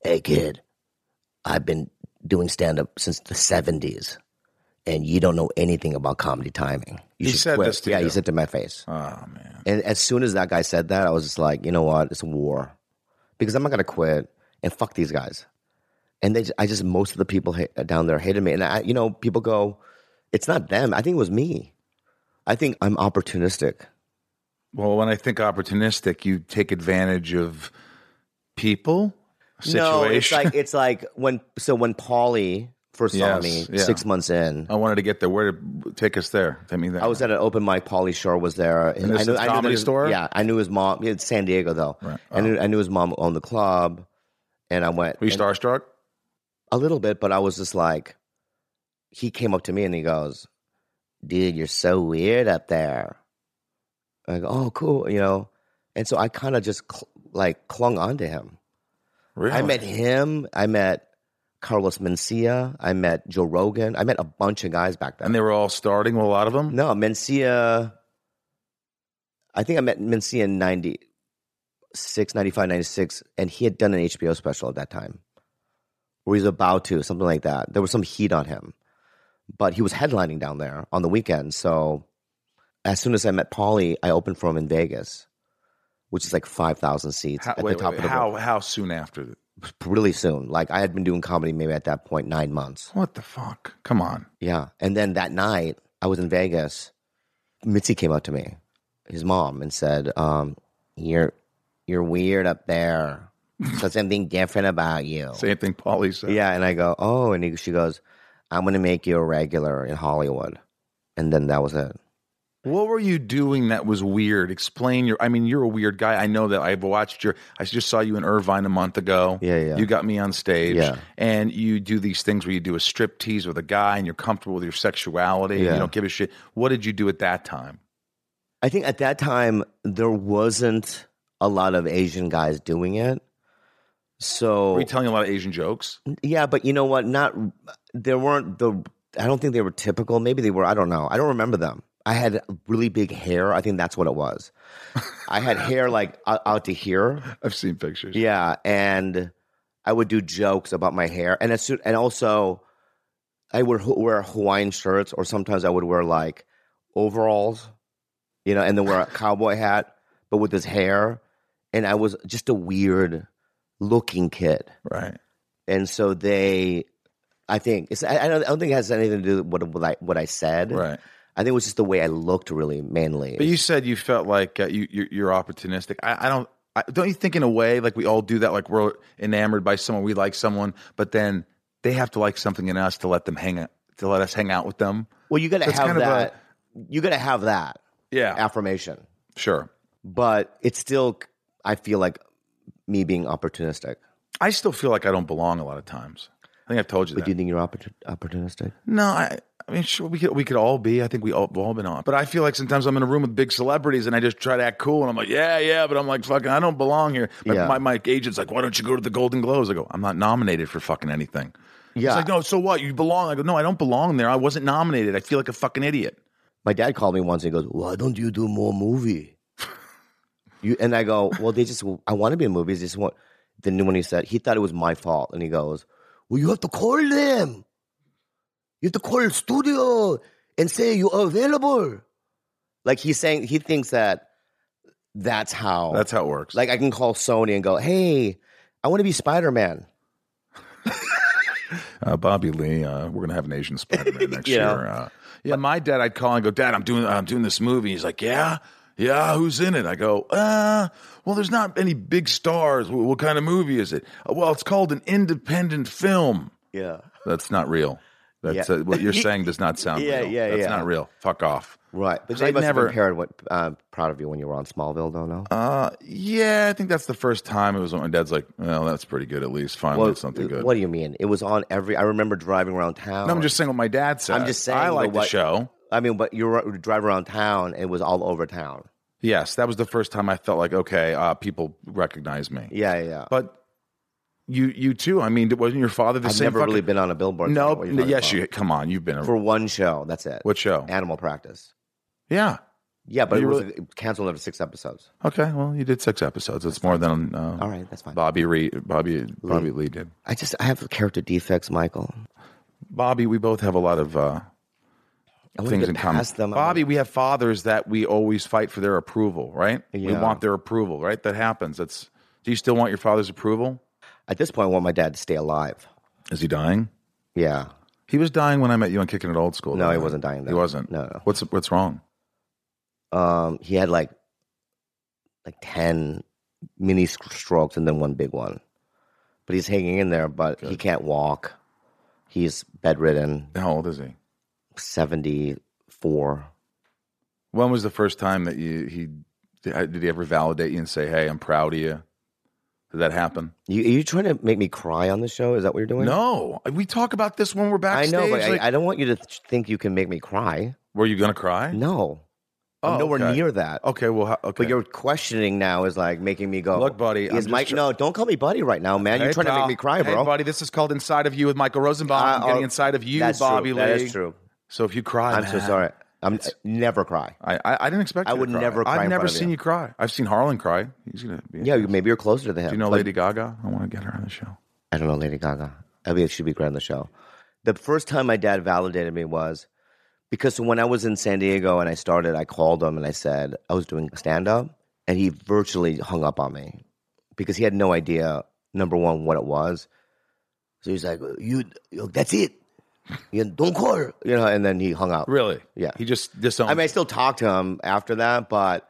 Speaker 2: Hey, kid, I've been doing stand up since the 70s and you don't know anything about comedy timing. You
Speaker 1: He
Speaker 2: should
Speaker 1: said
Speaker 2: quit."
Speaker 1: this to
Speaker 2: yeah,
Speaker 1: you.
Speaker 2: he said to my face.
Speaker 1: Oh man.
Speaker 2: And as soon as that guy said that, I was just like, you know what? It's a war because I'm not gonna quit and fuck these guys. And they, I just most of the people ha- down there hated me. And I, you know, people go, it's not them. I think it was me. I think I'm opportunistic.
Speaker 1: Well, when I think opportunistic, you take advantage of people, situation.
Speaker 2: No, it's like it's like when so when Paulie first saw
Speaker 1: Yes,
Speaker 2: me
Speaker 1: yeah. Oh,
Speaker 2: six months in,
Speaker 1: I wanted to get there. Where to take us there? I mean, that.
Speaker 2: I was at an open mic. Paulie Shore was there. And
Speaker 1: this
Speaker 2: I knew,
Speaker 1: is
Speaker 2: I knew that
Speaker 1: Comedy
Speaker 2: his-
Speaker 1: Store? Oh.
Speaker 2: Yeah, I knew his mom. It's San Diego though. I knew I knew his mom owned the club, and I went
Speaker 1: Were you
Speaker 2: and-
Speaker 1: starstruck?
Speaker 2: a little bit, but I was just like, he came up to me and he goes, "Dude, you're so weird up there." I go, "Oh, cool," you know. And so I kind of just cl- like clung onto him.
Speaker 1: Really?
Speaker 2: I met him. I met Carlos Mencia. I met Joe Rogan. I met a bunch of guys back then.
Speaker 1: and they were all starting. Well, a lot of them.
Speaker 2: no, Mencia. I think I met Mencia in 96, 95, 96, and he had done an HBO special at that time. Or he was about to, something like that. There was some heat on him. But he was headlining down there on the weekend. So as soon as I met Paulie, I opened for him in Vegas, which is like 5,000 seats
Speaker 1: How,
Speaker 2: at
Speaker 1: wait,
Speaker 2: the top
Speaker 1: wait,
Speaker 2: of the
Speaker 1: how how soon after?
Speaker 2: really soon. Like I had been doing comedy maybe at that point nine months.
Speaker 1: What the fuck? Come on.
Speaker 2: Yeah. And then that night I was in Vegas. Mitzi came up to me, his mom, and said, um, "You're you're weird up there. There's something different about you."
Speaker 1: Same thing, Paulie said.
Speaker 2: Yeah. And I go, "Oh," and he, she goes, "I'm going to make you a regular in Hollywood." And then that was it.
Speaker 1: What were you doing that was weird? Explain your. I mean, you're a weird guy. I know that. I've watched your. I just saw you in Irvine a month ago.
Speaker 2: Yeah, yeah.
Speaker 1: You got me on stage.
Speaker 2: Yeah.
Speaker 1: And you do these things where you do a strip tease with a guy, and you're comfortable with your sexuality. And
Speaker 2: Yeah.
Speaker 1: you don't give a shit. What did you do at that time?
Speaker 2: I think at that time there wasn't a lot of Asian guys doing it. So
Speaker 1: Were you telling a lot of Asian jokes?
Speaker 2: Yeah, but you know what? Not there weren't the. I don't think they were typical. Maybe they were. I don't know. I don't remember them. I had really big hair. I think that's what it was. I had hair like out out to here.
Speaker 1: I've seen pictures.
Speaker 2: Yeah, and I would do jokes about my hair, and as soon, and also I would ho- wear Hawaiian shirts, or sometimes I would wear like overalls, you know, and then wear a cowboy hat, but with this hair, and I was just a weird looking kid
Speaker 1: Right.
Speaker 2: and so they i think it's, I, I, don't, I don't think it has anything to do with what, what, I, what I said
Speaker 1: Right.
Speaker 2: i think it was just the way i looked really mainly
Speaker 1: But you said you felt like uh, you you're, you're opportunistic. I, I don't. I, don't you think in a way like we all do that? Like we're enamored by someone, we like someone, but then they have to like something in us to let them hang out, to let us hang out with them.
Speaker 2: well you gotta
Speaker 1: That's
Speaker 2: have
Speaker 1: kind of
Speaker 2: that you gotta have that
Speaker 1: Yeah,
Speaker 2: affirmation
Speaker 1: sure.
Speaker 2: but it's still i feel like me being opportunistic
Speaker 1: I still feel like I don't belong a lot of times. I think I've told you
Speaker 2: but
Speaker 1: that.
Speaker 2: do you think you're opportun- opportunistic
Speaker 1: no, I. I mean, sure, we could we could all be. I think we all we've all been on. But I feel like sometimes I'm in a room with big celebrities and I just try to act cool and I'm like, yeah, yeah. But I'm like, fucking, I don't belong here. My,
Speaker 2: Yeah.
Speaker 1: my my agent's like, why don't you go to the Golden Globes? I go, I'm not nominated for fucking anything.
Speaker 2: yeah
Speaker 1: It's like, no, so what? You belong. I go, no, I don't belong there. I wasn't nominated. I feel like a fucking idiot.
Speaker 2: my dad called me once and he goes why don't you do more movie you and i go well they just i want to be in movies they just want then when he said he thought it was my fault and he goes well you have to call them you have to call the studio and say you are available like he's saying he thinks that that's how
Speaker 1: That's how it works.
Speaker 2: like i can call sony and go hey i want to be spider-man
Speaker 1: uh, Bobby Lee, uh, we're gonna have an Asian Spider Man next
Speaker 2: Yeah.
Speaker 1: year. Uh, yeah, my dad, I'd call and go, Dad, I'm doing, I'm doing this movie. He's like, Yeah, yeah, who's in it? I go, Uh, well, there's not any big stars. What, what kind of movie is it? "Uh, well, it's called an independent film.
Speaker 2: yeah
Speaker 1: That's not real. That's
Speaker 2: Yeah.
Speaker 1: uh, what you're saying does not sound
Speaker 2: Yeah,
Speaker 1: real.
Speaker 2: yeah,
Speaker 1: That's
Speaker 2: yeah.
Speaker 1: not real. Fuck off.
Speaker 2: right but
Speaker 1: 'Cause
Speaker 2: they
Speaker 1: I'd
Speaker 2: must have
Speaker 1: never-
Speaker 2: been proud, what, uh, proud of you when you were on smallville don't know
Speaker 1: Uh, yeah, I think that's the first time it was when my dad's like, well, that's pretty good. At least finally, it's something good.
Speaker 2: uh, What do you mean? It was on every. I remember driving around town.
Speaker 1: No, I'm just saying what my dad said.
Speaker 2: I'm just saying
Speaker 1: I
Speaker 2: the
Speaker 1: like the
Speaker 2: what-
Speaker 1: show.
Speaker 2: I mean, but you were drive around town. It was all over town.
Speaker 1: Yes, that was the first time I felt like okay, uh, people recognize me.
Speaker 2: Yeah, yeah. yeah.
Speaker 1: But you, you too. I mean, wasn't your father the
Speaker 2: I've
Speaker 1: same?
Speaker 2: never
Speaker 1: fucking-
Speaker 2: really been on a billboard. so I don't know
Speaker 1: No.
Speaker 2: what you're talking
Speaker 1: Yes,
Speaker 2: about.
Speaker 1: you. Come on, you've been. A,
Speaker 2: For one show, that's it.
Speaker 1: what show?
Speaker 2: Animal practice.
Speaker 1: Yeah.
Speaker 2: Yeah, but
Speaker 1: You
Speaker 2: it was
Speaker 1: really-
Speaker 2: canceled after six episodes.
Speaker 1: Okay. Well, you did six episodes. It's more than uh,
Speaker 2: All right, that's fine.
Speaker 1: Bobby Reed, Bobby Bobby Lee did.
Speaker 2: I just I have character defects, Michael.
Speaker 1: Bobby, we both have a lot of uh,
Speaker 2: I want to
Speaker 1: things
Speaker 2: get
Speaker 1: in common.
Speaker 2: past them. I
Speaker 1: Bobby, we have fathers that we always fight for their approval, right? We
Speaker 2: Yeah.
Speaker 1: want their approval, right? That happens. That's. Do you still want your father's approval?
Speaker 2: At this point, I want my dad to stay alive.
Speaker 1: Is he dying?
Speaker 2: Yeah.
Speaker 1: He was dying when I met you on Kicking It Old School.
Speaker 2: No,
Speaker 1: though,
Speaker 2: he
Speaker 1: right?
Speaker 2: wasn't dying
Speaker 1: He
Speaker 2: then.
Speaker 1: wasn't.
Speaker 2: No, no.
Speaker 1: What's what's wrong?
Speaker 2: Um, he had like like ten mini s- strokes and then one big one, but he's hanging in there. But he can't walk. He's bedridden.
Speaker 1: How old is he?
Speaker 2: Seventy four.
Speaker 1: When was the first time that you he did he ever validate you and say, "Hey, I'm proud of you"? Did that happen?
Speaker 2: You, are you trying to make me cry on the show? Is that what you're doing?
Speaker 1: No, we talk about this when we're
Speaker 2: I
Speaker 1: backstage.
Speaker 2: know, but
Speaker 1: like-
Speaker 2: I, I don't want you to th- think you can make me cry.
Speaker 1: were you gonna cry?
Speaker 2: No,
Speaker 1: Oh,
Speaker 2: I'm nowhere
Speaker 1: okay.
Speaker 2: near that.
Speaker 1: Okay, well, ho- okay.
Speaker 2: But your questioning now is like making me go.
Speaker 1: Look, buddy, I'm
Speaker 2: Is
Speaker 1: just
Speaker 2: Mike?
Speaker 1: tr-
Speaker 2: no, don't call me buddy right now, man. you're
Speaker 1: Hey,
Speaker 2: trying to
Speaker 1: pal.
Speaker 2: make me cry,
Speaker 1: Hey,
Speaker 2: bro.
Speaker 1: buddy, this is called Inside of You with Michael Rosenbaum. I'm
Speaker 2: Uh,
Speaker 1: getting
Speaker 2: oh,
Speaker 1: inside of you,
Speaker 2: That's true.
Speaker 1: Bobby Lee.
Speaker 2: That is true.
Speaker 1: So if you cry,
Speaker 2: I'm so
Speaker 1: man,
Speaker 2: sorry. I'm never cry.
Speaker 1: I, I, I didn't expect.
Speaker 2: I
Speaker 1: you to
Speaker 2: would
Speaker 1: cry.
Speaker 2: never cry
Speaker 1: I've
Speaker 2: in
Speaker 1: never
Speaker 2: front of
Speaker 1: seen
Speaker 2: you.
Speaker 1: you cry. I've seen Harlan cry. He's gonna. Be
Speaker 2: Yeah, you- maybe you're closer to him.
Speaker 1: Do you know
Speaker 2: Like,
Speaker 1: Lady Gaga? I want to get her on the show.
Speaker 2: I don't know Lady Gaga. I mean, she would be great on the show. The first time my dad validated me was because when I was in San Diego and I started, I called him and I said I was doing stand up, and he virtually hung up on me because he had no idea number one what it was. So he's like, "You, you- that's it. You don't call," her," you know. And then he hung up.
Speaker 1: Really?
Speaker 2: Yeah.
Speaker 1: He just disowned.
Speaker 2: I mean, I still talk to him after that, but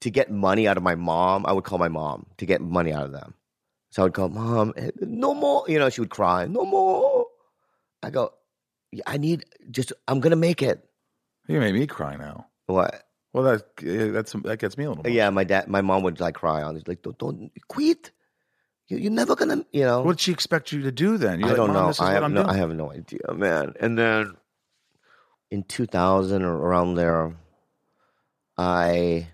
Speaker 2: to get money out of my mom, I would call my mom to get money out of them. So I would call mom, eh, no more. You know, she would cry, no more. I go, "Yeah, I need just, I'm gonna make it.
Speaker 1: you made me cry now.
Speaker 2: What?
Speaker 1: Well, that yeah, that's that gets me a little. Bit.
Speaker 2: Yeah, my dad, my mom would like cry on. She's like, don't, don't quit. You, you're never gonna, you know.
Speaker 1: What did she expect you to do then? You're
Speaker 2: I
Speaker 1: like,
Speaker 2: don't
Speaker 1: "Mom,
Speaker 2: know.
Speaker 1: This is
Speaker 2: I
Speaker 1: what
Speaker 2: have
Speaker 1: I'm
Speaker 2: no,
Speaker 1: doing.
Speaker 2: I have no idea, man. And then in 2000 or around there, I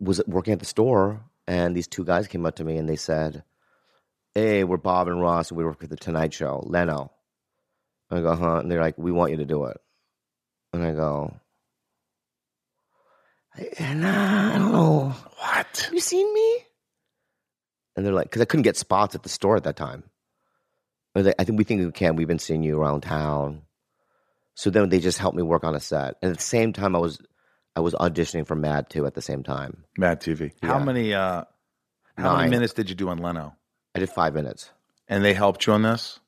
Speaker 2: was working at the store, and these two guys came up to me and they said, "Hey, we're Bob and Ross, and we work at the Tonight Show, Leno." I go, "Huh?" And they're like, "We want you to do it." And I go, "I- nah, I don't know."
Speaker 1: What?
Speaker 2: Have you seen me? And they're like, because I couldn't get spots at the store at that time. I was like, I think we think we can. We've been seeing you around town. So then they just helped me work on a set. And at the same time, I was I was auditioning for Mad too. At the same time,
Speaker 1: Mad TV. How
Speaker 2: Yeah.
Speaker 1: many? uh How many
Speaker 2: Nine.
Speaker 1: minutes did you do on Leno?
Speaker 2: I did five minutes.
Speaker 1: And they helped you on this.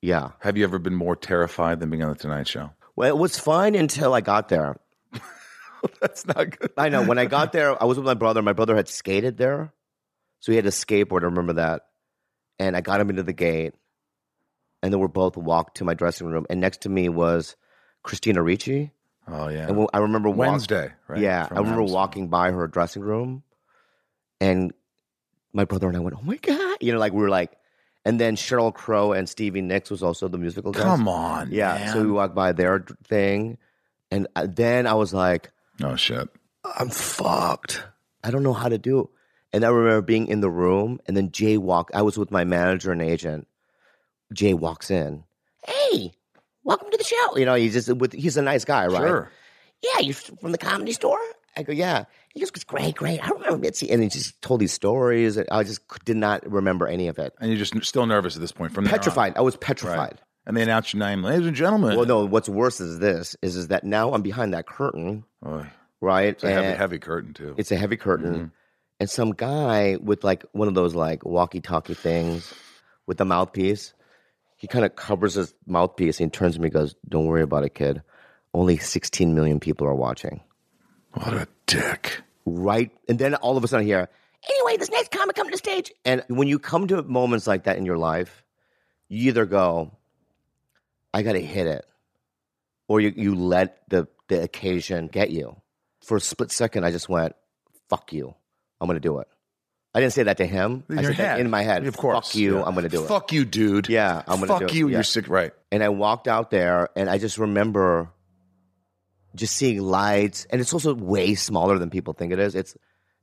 Speaker 2: Yeah.
Speaker 1: Have you ever been more terrified than being on the Tonight Show?
Speaker 2: Well, it was fine until I got there.
Speaker 1: that's not good.
Speaker 2: I know. When I got there, I was with my brother. My brother had skated there. So he had a skateboard. I remember that. And I got him into the gate. And then we both walked to my dressing room. And next to me was Christina Ricci.
Speaker 1: Oh yeah.
Speaker 2: And when- I remember walk-
Speaker 1: Wednesday, right?
Speaker 2: Yeah,
Speaker 1: From
Speaker 2: I remember
Speaker 1: Amazon.
Speaker 2: walking by her dressing room, and my brother and I went, "Oh my god!" You know, like we were like, and then Cheryl Crow and Stevie Nicks was also the musical. guest.
Speaker 1: Come on.
Speaker 2: yeah.
Speaker 1: man.
Speaker 2: So we walked by their d- thing, and uh, then I was like,
Speaker 1: oh shit.
Speaker 2: "I'm fucked. I don't know how to do." And I remember being in the room, and then Jay walked. I was with my manager and agent. Jay walks in. Hey, welcome to the show. You know, he's just with. He's a nice guy, right?
Speaker 1: Sure.
Speaker 2: yeah, you're from the comedy store? I go, yeah. He goes, it's great, great. I remember Mitzi. And he just told these stories. And I just c- did not remember any of it.
Speaker 1: And you're just n- still nervous at this point. From there on.
Speaker 2: Petrified. I was petrified.
Speaker 1: And they announced your name, ladies and gentlemen.
Speaker 2: Well, no, what's worse is this, is, is that now I'm behind that curtain,
Speaker 1: Oh,
Speaker 2: right?
Speaker 1: it's a heavy,
Speaker 2: And
Speaker 1: heavy curtain too.
Speaker 2: It's a heavy curtain. And some guy with like one of those like walkie-talkie things with the mouthpiece, he kind of covers his mouthpiece and he turns to me and goes, don't worry about it, kid. Only 16 million people are watching.
Speaker 1: what a dick.
Speaker 2: right and then all of a sudden I hear anyway this next comic coming to stage and when you come to moments like that in your life you either go i gotta hit it or you, you let the, the occasion get you for a split second i just went fuck you i'm gonna do it i didn't say that to him
Speaker 1: In
Speaker 2: i
Speaker 1: your
Speaker 2: said that
Speaker 1: head.
Speaker 2: in my head
Speaker 1: Of course.
Speaker 2: fuck you
Speaker 1: yeah.
Speaker 2: i'm gonna do it
Speaker 1: Fuck you, dude.
Speaker 2: yeah i'm gonna
Speaker 1: Fuck
Speaker 2: do it.
Speaker 1: you.
Speaker 2: Yeah
Speaker 1: You're sick. Right.
Speaker 2: and I walked out there, and I just remember just seeing lights, and it's also way smaller than people think it is. It's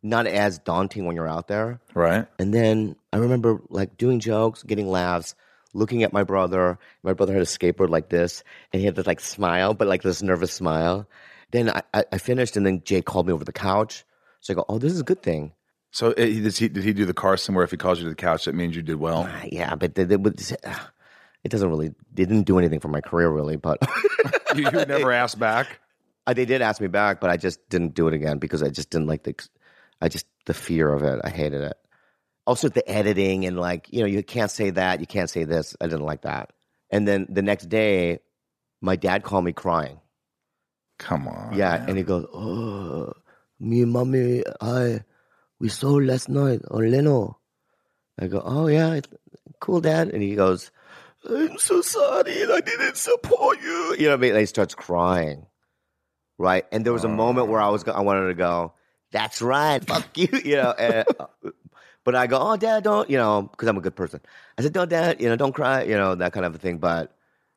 Speaker 2: not as daunting when you're out there.
Speaker 1: Right.
Speaker 2: And then I remember like doing jokes, getting laughs, looking at my brother. My brother had a skateboard like this, and he had this like smile, but like this nervous smile. Then I, I, I finished, and then Jay called me over the couch. So I go, "Oh, this is a good thing."
Speaker 1: So uh,
Speaker 2: Uh,
Speaker 1: he- did he? Did he do the Carson where if he calls you to the couch, that means you did well?
Speaker 2: Yeah, but they, they would. it doesn't really it didn't do anything for my career really, but
Speaker 1: You, you never asked back.
Speaker 2: I, they did ask me back, but I just didn't do it again because I just didn't like the, ex- I just the fear of it. I hated it. Also, the editing and like you know you can't say that, you can't say this. I didn't like that. And then the next day, my dad called me crying.
Speaker 1: Come on.
Speaker 2: yeah,
Speaker 1: man.
Speaker 2: and he goes, "Oh, me and mommy, I we saw last night on Leno." I go, "Oh yeah, it- cool, dad." And he goes, "I'm so sorry, and I didn't support you." You know what I mean? And he starts crying, right? And there was a moment where I was, go- I wanted to go, "That's right, fuck you," you know. And, uh, but I go, "Oh, dad, don't," you know, because I'm a good person. I said, "Don't, dad, you know, don't cry," you know, that kind of a thing. But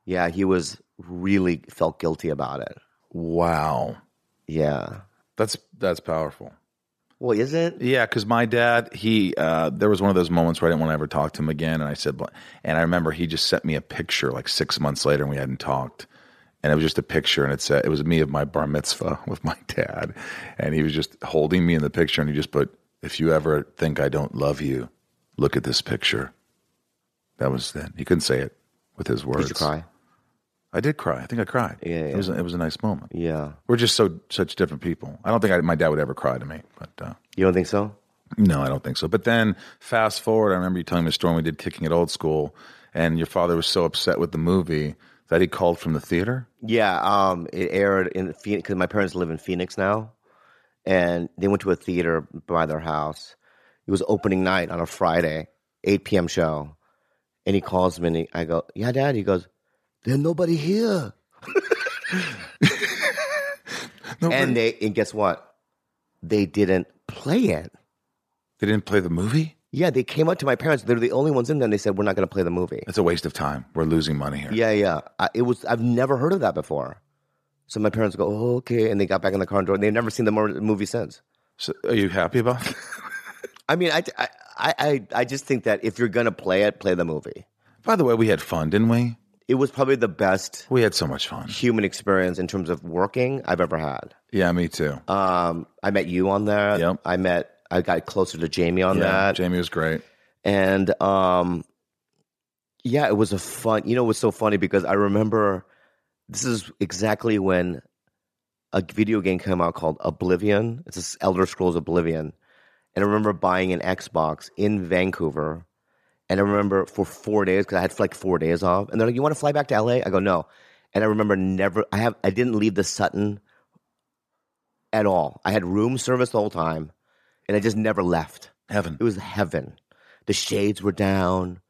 Speaker 2: yeah, he was really felt guilty about it.
Speaker 1: wow,
Speaker 2: Yeah.
Speaker 1: that's that's powerful.
Speaker 2: Well, is it?
Speaker 1: Yeah, because my dad, he uh, there was one of those moments where I didn't want to ever talk to him again, and I said, "Bl-" and I remember he just sent me a picture like six months later, and we hadn't talked, and it was just a picture, and it said it was me of my bar mitzvah with my dad, and he was just holding me in the picture, and he just put, "If you ever think I don't love you, look at this picture." That was then. He couldn't say it with his words.
Speaker 2: Did you cry?
Speaker 1: I did cry. I think I cried.
Speaker 2: Yeah,
Speaker 1: it was a, it was a nice moment.
Speaker 2: Yeah.
Speaker 1: We're just so such different people. I don't think I, my dad would ever cry to me, but. Uh,
Speaker 2: You don't think so?
Speaker 1: no, I don't think so. But then fast forward, I remember you telling me the story when we did Kicking It Old School, and your father was so upset with the movie that he called from the theater.
Speaker 2: Yeah. Um, it aired in Phoenix because my parents live in Phoenix now, and they went to a theater by their house. It was opening night on a Friday, 8 p.m. show, and he calls me and he, I go, "Yeah, Dad." He goes, "There's nobody here." And they and guess what? They didn't play it.
Speaker 1: They didn't play the movie?
Speaker 2: Yeah, they came up to my parents. They were the only ones in there. and They said, "We're not going to play the movie."
Speaker 1: It's a waste of time. We're losing money here.
Speaker 2: Yeah, yeah. I, it was. I've never heard of that before. So my parents go, oh, okay, and they got back in the car and drove. They've never seen the mor- movie since.
Speaker 1: So are you happy about that?
Speaker 2: I mean, I, I, I, I just think that if you're gonna play it, play the movie.
Speaker 1: By the way, we had fun, didn't we?
Speaker 2: It was probably the best
Speaker 1: We had so much fun.
Speaker 2: human experience in terms of working I've ever had.
Speaker 1: Yeah, me too.
Speaker 2: Um, I met you on that.
Speaker 1: Yep.
Speaker 2: I met. I got closer to Jamie on
Speaker 1: yeah,
Speaker 2: that.
Speaker 1: Jamie was great.
Speaker 2: and um yeah it was a fun you know it was so funny because i remember this is exactly when a video game came out called oblivion it's this elder scrolls oblivion and i remember buying an xbox in vancouver and i remember for four days because i had like four days off and they're like you want to fly back to la i go no and i remember never i have i didn't leave the sutton at all i had room service the whole time and i just never left
Speaker 1: Heaven.
Speaker 2: it was heaven. The shades were down.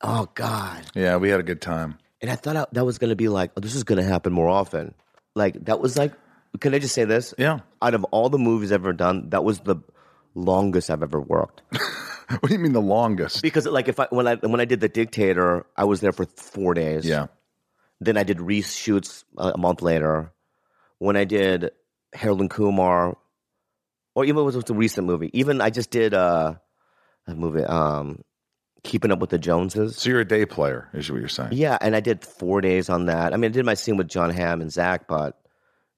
Speaker 2: Oh God!
Speaker 1: Yeah, we had a good time.
Speaker 2: And I thought I, that was going to be like, oh, this is going to happen more often. Like that was like, can I just say this?
Speaker 1: Yeah.
Speaker 2: Out of all the movies I've ever done, that was the longest I've ever worked.
Speaker 1: What do you mean the longest?
Speaker 2: Because like if I when I when I did the Dictator, I was there for four days.
Speaker 1: Yeah.
Speaker 2: Then I did reshoots uh, a a month later. When I did Harold and Kumar, or even it was a recent movie. Even I just did uh, a movie, um, Keeping Up with the Joneses.
Speaker 1: So you're a day player, is what you're saying.
Speaker 2: Yeah, and I did four days on that. I mean, I did my scene with John Hamm and Zach, but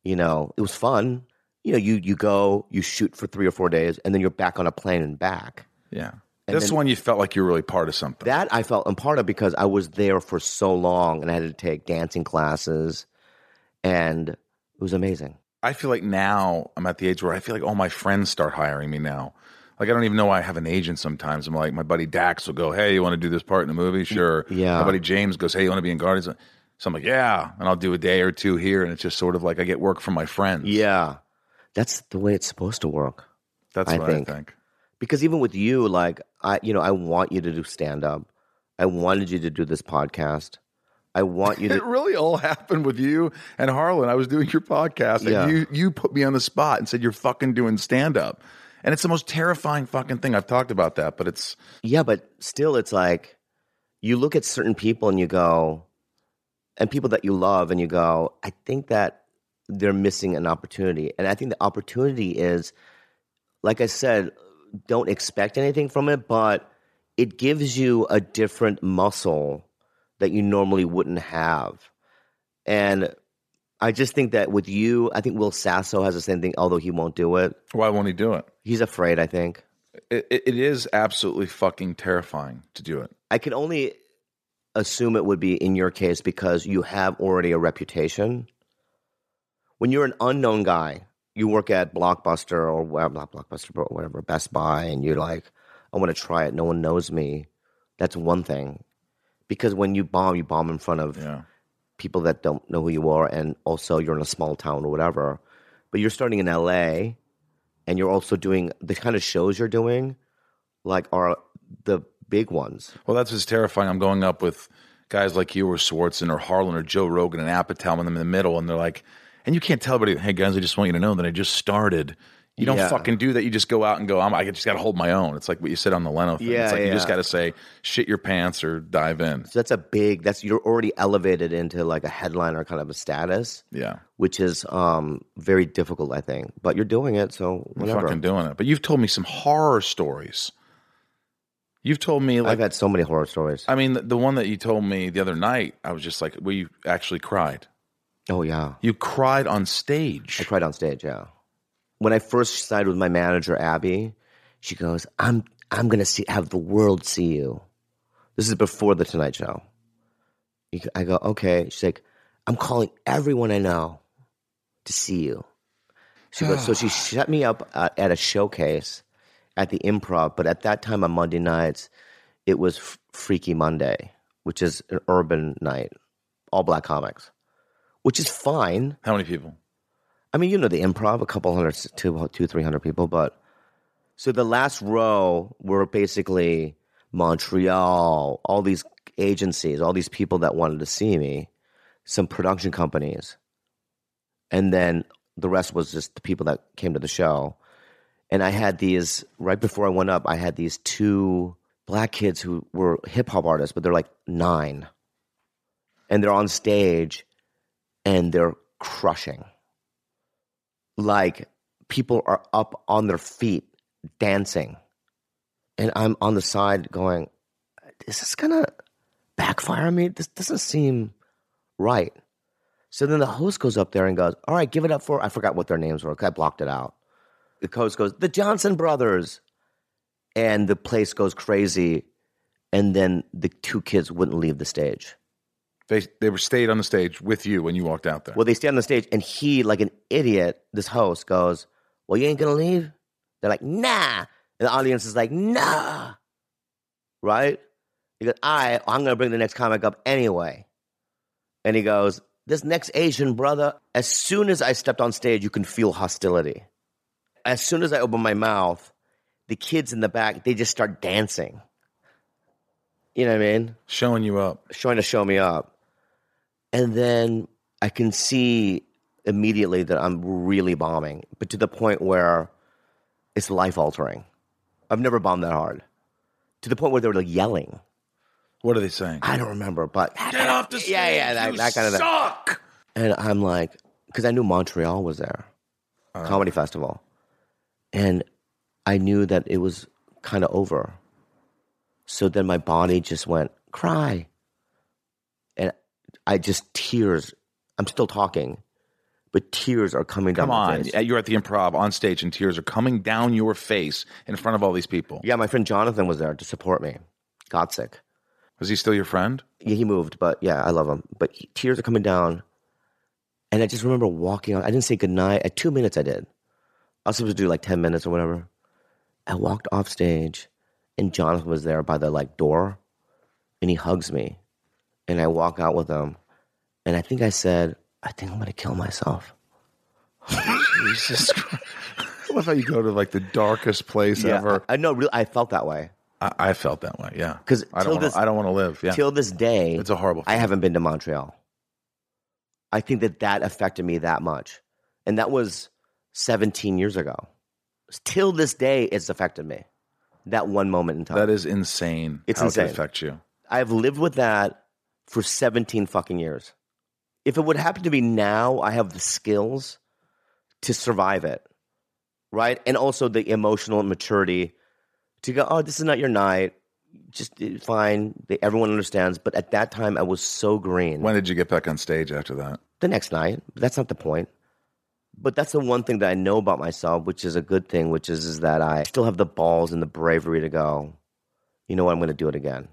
Speaker 2: you know, it was fun. You know, you you go, you shoot for three or four days, and then you're back on a plane and back.
Speaker 1: Yeah.
Speaker 2: And
Speaker 1: this
Speaker 2: then-
Speaker 1: one you felt like you were really part of something.
Speaker 2: That I felt in part of because I was there for so long, and I had to take dancing classes, and it was amazing.
Speaker 1: I feel like now I'm at the age where I feel like all my friends start hiring me now. Like I don't even know why I have an agent sometimes. I'm like, my buddy Dax will go, Hey, you want to do this part in the movie? Sure.
Speaker 2: Yeah.
Speaker 1: My buddy James goes, Hey, you want to be in Guardians? So I'm like, Yeah. And I'll do a day or two here. And it's just sort of like I get work from my friends.
Speaker 2: Yeah, that's the way it's supposed to work.
Speaker 1: That's
Speaker 2: I
Speaker 1: what
Speaker 2: think.
Speaker 1: I think.
Speaker 2: because even with you like i you know i want you to do stand up i wanted you to do this podcast i want you
Speaker 1: It
Speaker 2: to
Speaker 1: really all happened with you and Harlan. I was doing your podcast
Speaker 2: Yeah.
Speaker 1: and you you put me on the spot and said you're fucking doing stand up. And it's the most terrifying fucking thing. I've talked about that, but it's
Speaker 2: yeah but still it's like you look at certain people and you go and people that you love and you go i think that they're missing an opportunity and i think the opportunity is like i said don't expect anything from it but it gives you a different muscle that you normally wouldn't have and i just think that with you i think will sasso has the same thing although he won't do it
Speaker 1: why won't he do it?
Speaker 2: he's afraid i think
Speaker 1: It, it it is absolutely fucking terrifying to do it.
Speaker 2: I can only assume it would be in your case because you have already a reputation. When you're an unknown guy, you work at Blockbuster or well, not Blockbuster, but whatever, Best Buy, and you're like, I want to try it. No one knows me. That's one thing. Because when you bomb, you bomb in front of
Speaker 1: Yeah.
Speaker 2: people that don't know who you are, and also you're in a small town or whatever. But you're starting in LA, and you're also doing the kind of shows you're doing, like are the big ones.
Speaker 1: Well, that's what's terrifying. I'm going up with guys like you or Swartzen or Harlan or Joe Rogan and Apatow and them in the middle, and they're like, and you can't tell everybody, hey guys, I just want you to know that I just started. You don't
Speaker 2: Yeah.
Speaker 1: fucking do that. You just go out and go. I'm, I just got to hold my own. It's like what you said on the Leno thing.
Speaker 2: Yeah,
Speaker 1: it's like you just
Speaker 2: yeah.
Speaker 1: got to say shit your pants or dive in.
Speaker 2: So that's a big. That's you're already elevated into like a headliner kind of a status,
Speaker 1: Yeah,
Speaker 2: which is um very difficult, I think. But you're doing it, so
Speaker 1: I'm
Speaker 2: whatever.
Speaker 1: fucking doing it. But you've told me some horror stories. You've told me like
Speaker 2: I've had so many horror stories.
Speaker 1: I mean the, the one that you told me the other night. I was just like, well, you actually cried.
Speaker 2: oh yeah,
Speaker 1: You cried on stage.
Speaker 2: I cried on stage. Yeah, when I first signed with my manager Abby, she goes, "I'm I'm gonna see have the world see you." This is before the Tonight Show. You go- I go, okay. She's like, "I'm calling everyone I know to see you." She goes, so she shut me up at, at a showcase at the Improv, but at that time on Monday nights, it was F- Freaky Monday, which is an urban night, all black comics, which is fine.
Speaker 1: How many people?
Speaker 2: I mean, you know the improv, a couple hundred, two, two, three hundred people, but so the last row were basically Montreal, all these agencies, all these people that wanted to see me, some production companies, and then the rest was just the people that came to the show. And I had these right before I went up. I had these two black kids who were hip hop artists, but they're like nine, and they're on stage, and they're crushing like people are up on their feet dancing and i'm on the side going is this gonna backfire on me this doesn't seem right so then the host goes up there and goes all right give it up for i forgot what their names were 'cause i blocked it out the host goes the johnson brothers and the place goes crazy and then the two kids wouldn't leave the stage
Speaker 1: They they were stayed on the stage with you when you walked out there.
Speaker 2: Well, they stay on the stage, and he, like an idiot, this host goes, "Well, you ain't gonna leave." They're like, "Nah," and the audience is like, "Nah," right? He goes, "All right, I'm gonna bring the next comic up anyway," and he goes, "This next Asian brother." As soon as I stepped on stage, you can feel hostility. As soon as I open my mouth, the kids in the back they just start dancing. You know what I mean?
Speaker 1: Showing you up.
Speaker 2: trying to show me up. And then I can see immediately that I'm really bombing, but to the point where it's life altering. I've never bombed that hard. To the point where they were like yelling.
Speaker 1: What are they saying?
Speaker 2: I don't remember, but
Speaker 1: Get off the stage.
Speaker 2: yeah, yeah, that,
Speaker 1: you
Speaker 2: that kind of thing.
Speaker 1: suck.
Speaker 2: And I'm like, because I knew Montreal was there,
Speaker 1: Uh-huh.
Speaker 2: comedy festival, and I knew that it was kind of over. So then my body just went cry, and I just tears. I'm still talking, but tears are coming
Speaker 1: Come
Speaker 2: down my
Speaker 1: on.
Speaker 2: face.
Speaker 1: You're at the improv on stage and tears are coming down your face in front of all these people.
Speaker 2: Yeah, my friend Jonathan was there to support me. Got sick.
Speaker 1: Was he still your friend?
Speaker 2: yeah, he moved, but yeah, I love him. But he- tears are coming down, and I just remember walking on. I didn't say goodnight. At two minutes, I did. I was supposed to do like ten minutes or whatever. I walked off stage, and Jonathan was there by the like door, and he hugs me, and I walk out with him, and I think I said, "I think I'm gonna kill myself."
Speaker 1: Jesus Christ. I love how you go to like the darkest place ever.
Speaker 2: I, I know. Really, I felt that way
Speaker 1: I, I felt that way. Yeah.
Speaker 2: 'Cause
Speaker 1: I
Speaker 2: till
Speaker 1: don't want
Speaker 2: this-
Speaker 1: to I don't want to live. Yeah.
Speaker 2: till this day.
Speaker 1: It's a horrible
Speaker 2: I haven't been to Montreal. I think that that affected me that much. And that was 17 years ago. Till this day, it's affected me. That one moment in time.
Speaker 1: That is insane.
Speaker 2: It's
Speaker 1: how It
Speaker 2: insane.
Speaker 1: could affect you.
Speaker 2: I've lived with that for 17 fucking years. If it would happen to me now, I have the skills to survive it, right? And also the emotional maturity to go, oh, this is not your night. Just eh, fine. Everyone understands. But at that time, I was so green.
Speaker 1: When did you get back on stage after that?
Speaker 2: the next night. That's not the point. But that's the one thing that I know about myself, which is a good thing, which is, is that I still have the balls and the bravery to go, you know what, I'm going to do it again.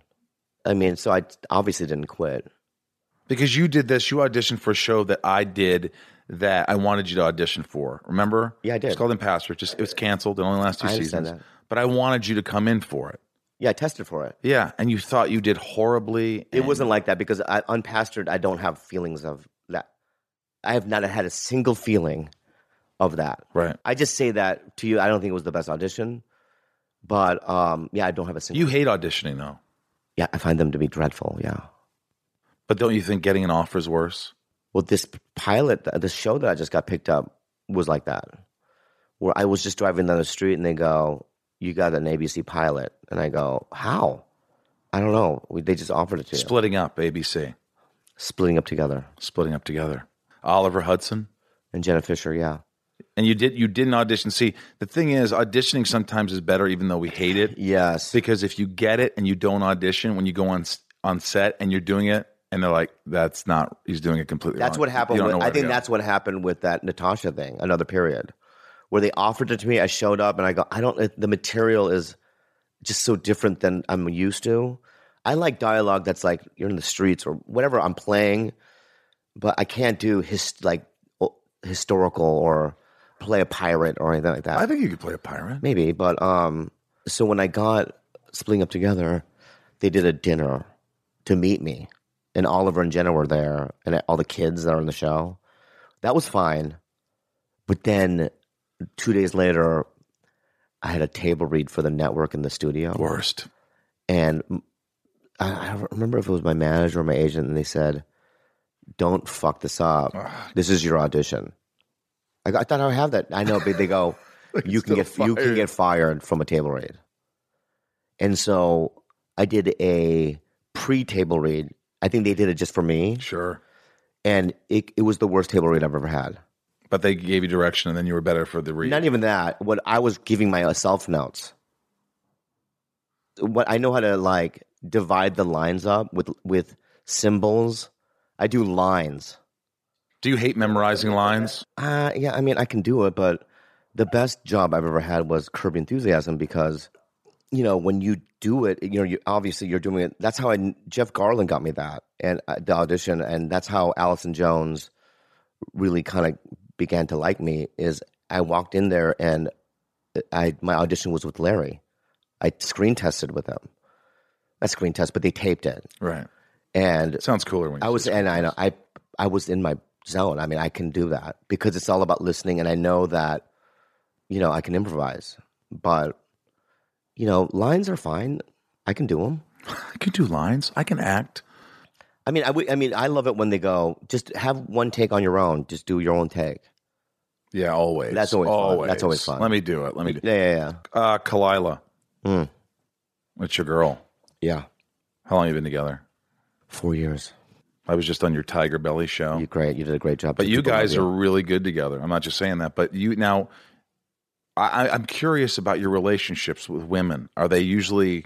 Speaker 2: I mean, so I obviously didn't quit.
Speaker 1: Because you did this, you auditioned for a show that I did that I wanted you to audition for. Remember?
Speaker 2: Yeah, I did.
Speaker 1: It's called Impastor. Just it was canceled. It only lasted two
Speaker 2: I understand
Speaker 1: seasons.
Speaker 2: that.
Speaker 1: But I wanted you to come in for it.
Speaker 2: Yeah, I tested for it.
Speaker 1: Yeah, and you thought you did horribly.
Speaker 2: It wasn't like that because I, unpastured, I don't have feelings of that. I have not had a single feeling of that.
Speaker 1: right.
Speaker 2: I just say that to you. I don't think it was the best audition, but um, yeah, I don't have a single.
Speaker 1: You hate auditioning though,
Speaker 2: yeah, I find them to be dreadful. Yeah.
Speaker 1: but don't you think getting an offer is worse?
Speaker 2: Well, this pilot, th- this show that I just got picked up was like that, where I was just driving down the street and they go, "You got an ABC pilot," and I go, "How?" I don't know. We, they just offered it to you.
Speaker 1: Splitting up, ABC,
Speaker 2: Splitting up together
Speaker 1: splitting up together. Oliver Hudson,
Speaker 2: and Jenna Fisher. Yeah,
Speaker 1: and you did you didn't audition. See, the thing is, auditioning sometimes is better, even though we hate it,
Speaker 2: yes,
Speaker 1: because if you get it and you don't audition when you go on s- on set and you're doing it, and they're like, "That's not," he's doing it completely.
Speaker 2: that's
Speaker 1: wrong.
Speaker 2: what
Speaker 1: You
Speaker 2: happened.
Speaker 1: don't
Speaker 2: With,
Speaker 1: know where
Speaker 2: I
Speaker 1: to
Speaker 2: think
Speaker 1: go.
Speaker 2: that's what happened with that Natasha thing. Another period where they offered it to me. I showed up and I go, "I don't." it- The material is just so different than I'm used to. I like dialogue that's like you're in the streets or whatever I'm playing, but I can't do his like o- historical or play a pirate or anything like that.
Speaker 1: I think you could play a pirate.
Speaker 2: Maybe, but um, so when I got splitting up together, they did a dinner to meet me, and Oliver and Jenna were there, and all the kids that are on the show. That was fine, but then two days later, I had a table read for the network in the studio,
Speaker 1: Worst.
Speaker 2: and I, I don't remember if it was my manager or my agent, and they said, "Don't fuck this up. This is your audition." I, go, I thought I would have that. I know, but they go, "You can get you can get fired from a table read." And so I did a pre-table read. I think they did it just for me,
Speaker 1: Sure,
Speaker 2: and it it was the worst table read I've ever had.
Speaker 1: but they gave you direction, and then you were better for the read.
Speaker 2: Not e even that. What I was giving myself notes. What I know how to like divide the lines up with with symbols. I do lines.
Speaker 1: Do you hate memorizing lines?
Speaker 2: Uh, yeah, I mean, I can do it, but the best job I've ever had was Curb Enthusiasm because, you know, when you do it, you know, you obviously you're doing it. That's how I, Jeff Garland got me that and uh, the audition, and that's how Allison Jones really kind of began to like me. Is I walked in there and uh, I my audition was with Larry. I screen tested with him, not screen test, but they taped it,
Speaker 1: Right.
Speaker 2: and
Speaker 1: It sounds cooler when you
Speaker 2: I
Speaker 1: say
Speaker 2: was,
Speaker 1: something
Speaker 2: and I know
Speaker 1: else.
Speaker 2: I I was in my zone. I mean, I can do that because it's all about listening, and I know that you know I can improvise, but you know lines are fine. I can do them.
Speaker 1: I can do lines. I can act.
Speaker 2: I mean, I would- I mean, I love it when they go, just have one take on your own. Just do your own take.
Speaker 1: Yeah, always.
Speaker 2: That's always fun. That's always fun.
Speaker 1: Let me do it. Let me do it.
Speaker 2: Yeah, yeah, yeah.
Speaker 1: Uh, Kalila.
Speaker 2: Mm.
Speaker 1: It's your girl.
Speaker 2: yeah.
Speaker 1: How long have you been together?
Speaker 2: Four years.
Speaker 1: I was just on your Tiger Belly show.
Speaker 2: You great. You did a great job.
Speaker 1: Oh. but
Speaker 2: The
Speaker 1: you
Speaker 2: people love
Speaker 1: guys are really good together. I'm not just saying that. But you now, I, I- I'm curious about your relationships with women. Are they usually,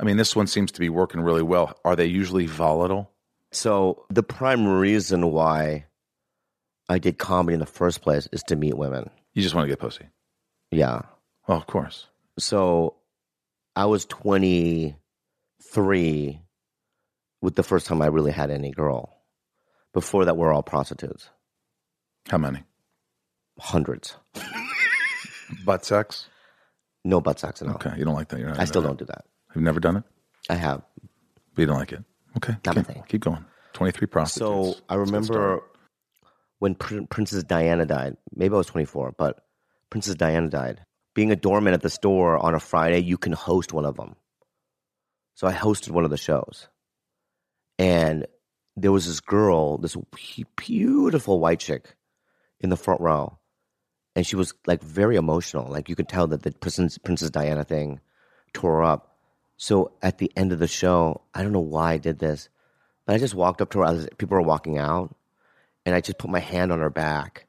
Speaker 1: I mean, this one seems to be working really well. Are they usually volatile?
Speaker 2: So the prime reason why I did comedy in the first place is to meet women.
Speaker 1: You just want to get pussy.
Speaker 2: Yeah.
Speaker 1: Oh, of course.
Speaker 2: so I was 23 with the first time I really had any girl. Before that, we're all prostitutes,
Speaker 1: How many?
Speaker 2: hundreds.
Speaker 1: Butt sex?
Speaker 2: No butt sex at all.
Speaker 1: Okay. You don't like that. You're not
Speaker 2: I still don't do that.
Speaker 1: You've never done it?
Speaker 2: I have.
Speaker 1: But you don't like it. Okay.
Speaker 2: Not my
Speaker 1: keep,
Speaker 2: thing.
Speaker 1: keep going. 23 prostitutes.
Speaker 2: So I
Speaker 1: Let's get started.
Speaker 2: remember when Prin- Princess Diana died. Maybe I was 24, but Princess Diana died. Being a doorman at the store on a Friday, you can host one of them. So I hosted one of the shows, and there was this girl, this be- beautiful white chick, in the front row, and she was like very emotional. Like you could tell that the Princess, Princess Diana thing tore her up. So at the end of the show, I don't know why I did this, but I just walked up to her. I was- People were walking out, and I just put my hand on her back,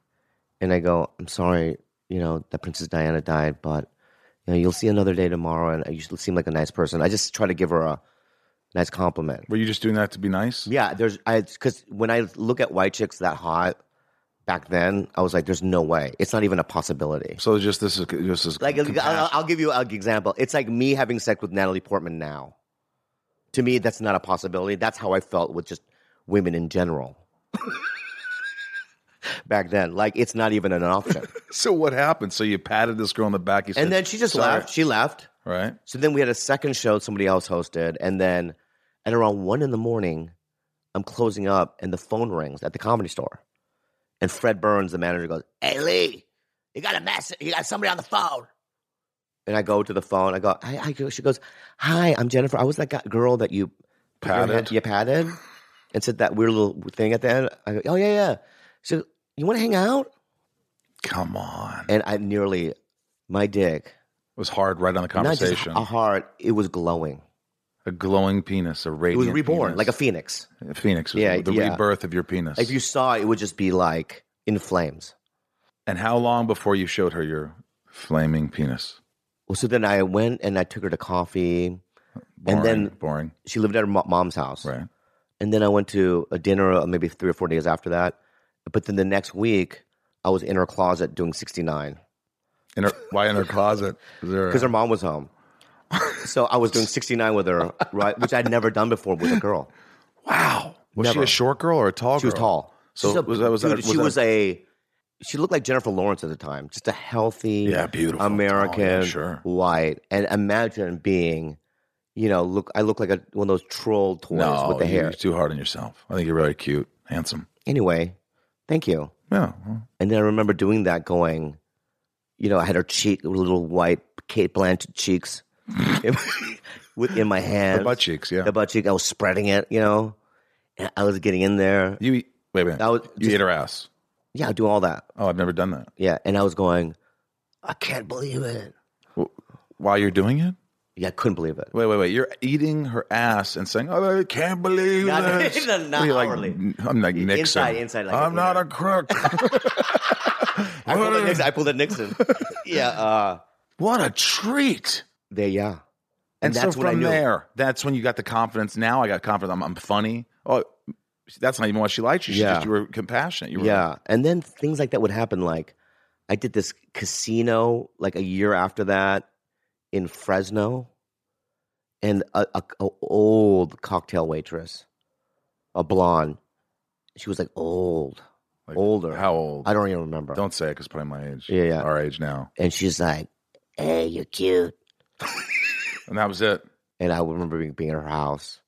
Speaker 2: and I go, "I'm sorry, you know that Princess Diana died, but you know you'll see another day tomorrow, and you seem like a nice person." I just try to give her a nice compliment.
Speaker 1: Were you just doing that to be nice?
Speaker 2: Yeah, there's I because when I look at white chicks that hot back then, I was like, "There's no way. It's not even a possibility."
Speaker 1: So it's just this is just this
Speaker 2: uh, Like, I'll, I'll- I'll give you an example. It's like me having sex with Natalie Portman now. To me, that's not a possibility. That's how I felt with just women in general back then. Like it's not even an option.
Speaker 1: So what happened? So you patted this girl on the back. You said,
Speaker 2: and then she just
Speaker 1: "Sorry."
Speaker 2: left. She left.
Speaker 1: right?
Speaker 2: So then we had a second show somebody else hosted, and then at around one in the morning, I'm closing up, and the phone rings at the comedy store, and Fred Burns, the manager, goes, "Hey Lee, you got a message? You got somebody on the phone?" And I go to the phone. I go, I, I go, she goes, "Hi, I'm Jennifer. I was that guy, girl that you put your hand-
Speaker 1: Patted?
Speaker 2: you patted, and said that weird little thing at the end." I go, "Oh yeah, yeah." So you want to hang out?
Speaker 1: Come on. It
Speaker 2: And I nearly, my dick,
Speaker 1: was hard right on the
Speaker 2: not just
Speaker 1: conversation.
Speaker 2: a heart, it was glowing.
Speaker 1: a glowing penis, a
Speaker 2: It
Speaker 1: radiant
Speaker 2: was reborn
Speaker 1: penis.
Speaker 2: like a phoenix.
Speaker 1: A phoenix. was
Speaker 2: Yeah,
Speaker 1: the
Speaker 2: yeah.
Speaker 1: rebirth of your penis.
Speaker 2: If you saw it, it would just be like in flames.
Speaker 1: and how long before you showed her your flaming penis?
Speaker 2: Well, so then I went and I took her to coffee.
Speaker 1: Boring,
Speaker 2: then-
Speaker 1: boring,
Speaker 2: She lived at her mo- mom's house.
Speaker 1: right?
Speaker 2: And then I went to a dinner uh, maybe three or four days after that. But then the next week, I was in her closet doing 69
Speaker 1: In her, why in her closet? Is there a-
Speaker 2: because her mom was home. So I was doing 69 with her, right? Which I'd never done before with a girl.
Speaker 1: wow. Was she
Speaker 2: Never.
Speaker 1: a short girl or a tall girl?
Speaker 2: She was tall.
Speaker 1: So
Speaker 2: She's a-
Speaker 1: was that- was
Speaker 2: dude,
Speaker 1: that- was
Speaker 2: she
Speaker 1: that-
Speaker 2: was a. She looked like Jennifer Lawrence at the time, just a healthy,
Speaker 1: Yeah, beautiful,
Speaker 2: American,
Speaker 1: tall, yeah, sure.
Speaker 2: white. And imagine being, you know, look. I look like a, one of those troll toys
Speaker 1: No,
Speaker 2: with the
Speaker 1: you-
Speaker 2: hair.
Speaker 1: you're too hard on yourself. I think you're really cute, handsome.
Speaker 2: Anyway, thank you.
Speaker 1: Yeah. well,
Speaker 2: And then I remember doing that, going, you know, I had her cheek, little white Kate Blanchett cheeks, in my, with in my hand,
Speaker 1: Her butt cheeks. Yeah.
Speaker 2: the butt cheek. I was spreading it, you know. And I was getting in there.
Speaker 1: you eat, wait a minute.
Speaker 2: I was
Speaker 1: you
Speaker 2: just-
Speaker 1: eat her ass.
Speaker 2: yeah, I do all that.
Speaker 1: Oh, I've never done that.
Speaker 2: Yeah, and I was going, I can't believe it.
Speaker 1: While you're doing it?
Speaker 2: Yeah, I couldn't believe it.
Speaker 1: Wait, wait, wait. You're eating her ass and saying, oh, I can't believe
Speaker 2: Not-
Speaker 1: this.
Speaker 2: not- not
Speaker 1: What are you, like,
Speaker 2: hourly.
Speaker 1: I'm like Nixon.
Speaker 2: Inside, inside, like
Speaker 1: I'm
Speaker 2: a-
Speaker 1: not a crook.
Speaker 2: I pulled a
Speaker 1: what,
Speaker 2: Nixon.
Speaker 1: a,
Speaker 2: I pulled a Nixon. yeah, uh,
Speaker 1: what a treat.
Speaker 2: there, yeah.
Speaker 1: And,
Speaker 2: And that's
Speaker 1: so
Speaker 2: when I
Speaker 1: from
Speaker 2: knew.
Speaker 1: there, that's when you got the confidence. Now I got confidence. I'm, I'm funny. Oh, that's not even why she liked you. She
Speaker 2: Yeah.
Speaker 1: just, you were compassionate. You were
Speaker 2: Yeah. And then things like that would happen. Like, I did this casino like a year after that in Fresno, and a, a, a old cocktail waitress, a blonde, she was like old,
Speaker 1: like,
Speaker 2: older.
Speaker 1: How old?
Speaker 2: I don't even remember.
Speaker 1: Don't say it because probably my age.
Speaker 2: Yeah, yeah.
Speaker 1: Our age now.
Speaker 2: And she's like, "Hey, you're cute."
Speaker 1: And that was it.
Speaker 2: And I remember being, being at her house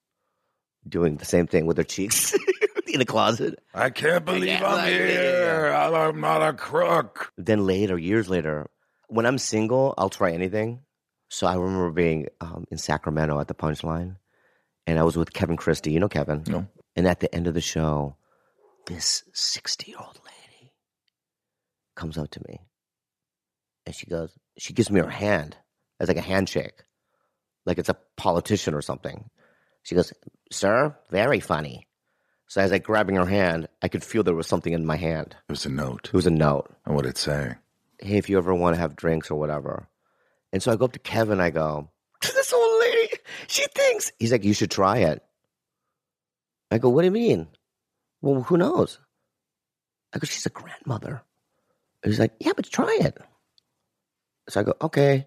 Speaker 2: doing the same thing with her cheeks in the closet.
Speaker 1: I can't believe
Speaker 2: can't
Speaker 1: I'm
Speaker 2: believe it.
Speaker 1: here. I'm not a crook.
Speaker 2: Then later, years later, when I'm single, I'll try anything. So I remember being um, in Sacramento at the Punchline, and I was with Kevin Christie. You know Kevin?
Speaker 1: No.
Speaker 2: And at the end of the show, this 60 year old lady comes up to me and she goes, she gives me her hand as like a handshake, like it's a politician or something. She goes, Sir, very funny. So as I grabbing her hand, I could feel there was something in my hand.
Speaker 1: It was a note.
Speaker 2: It was a note
Speaker 1: And what did it say?
Speaker 2: hey, if you ever want to have drinks or whatever. And so I go up to Kevin, I go, this old lady, she thinks. He's like, you should try it. I go, what do you mean? Well, who knows? I go, she's a grandmother. He's like, yeah, but try it. So I go, okay.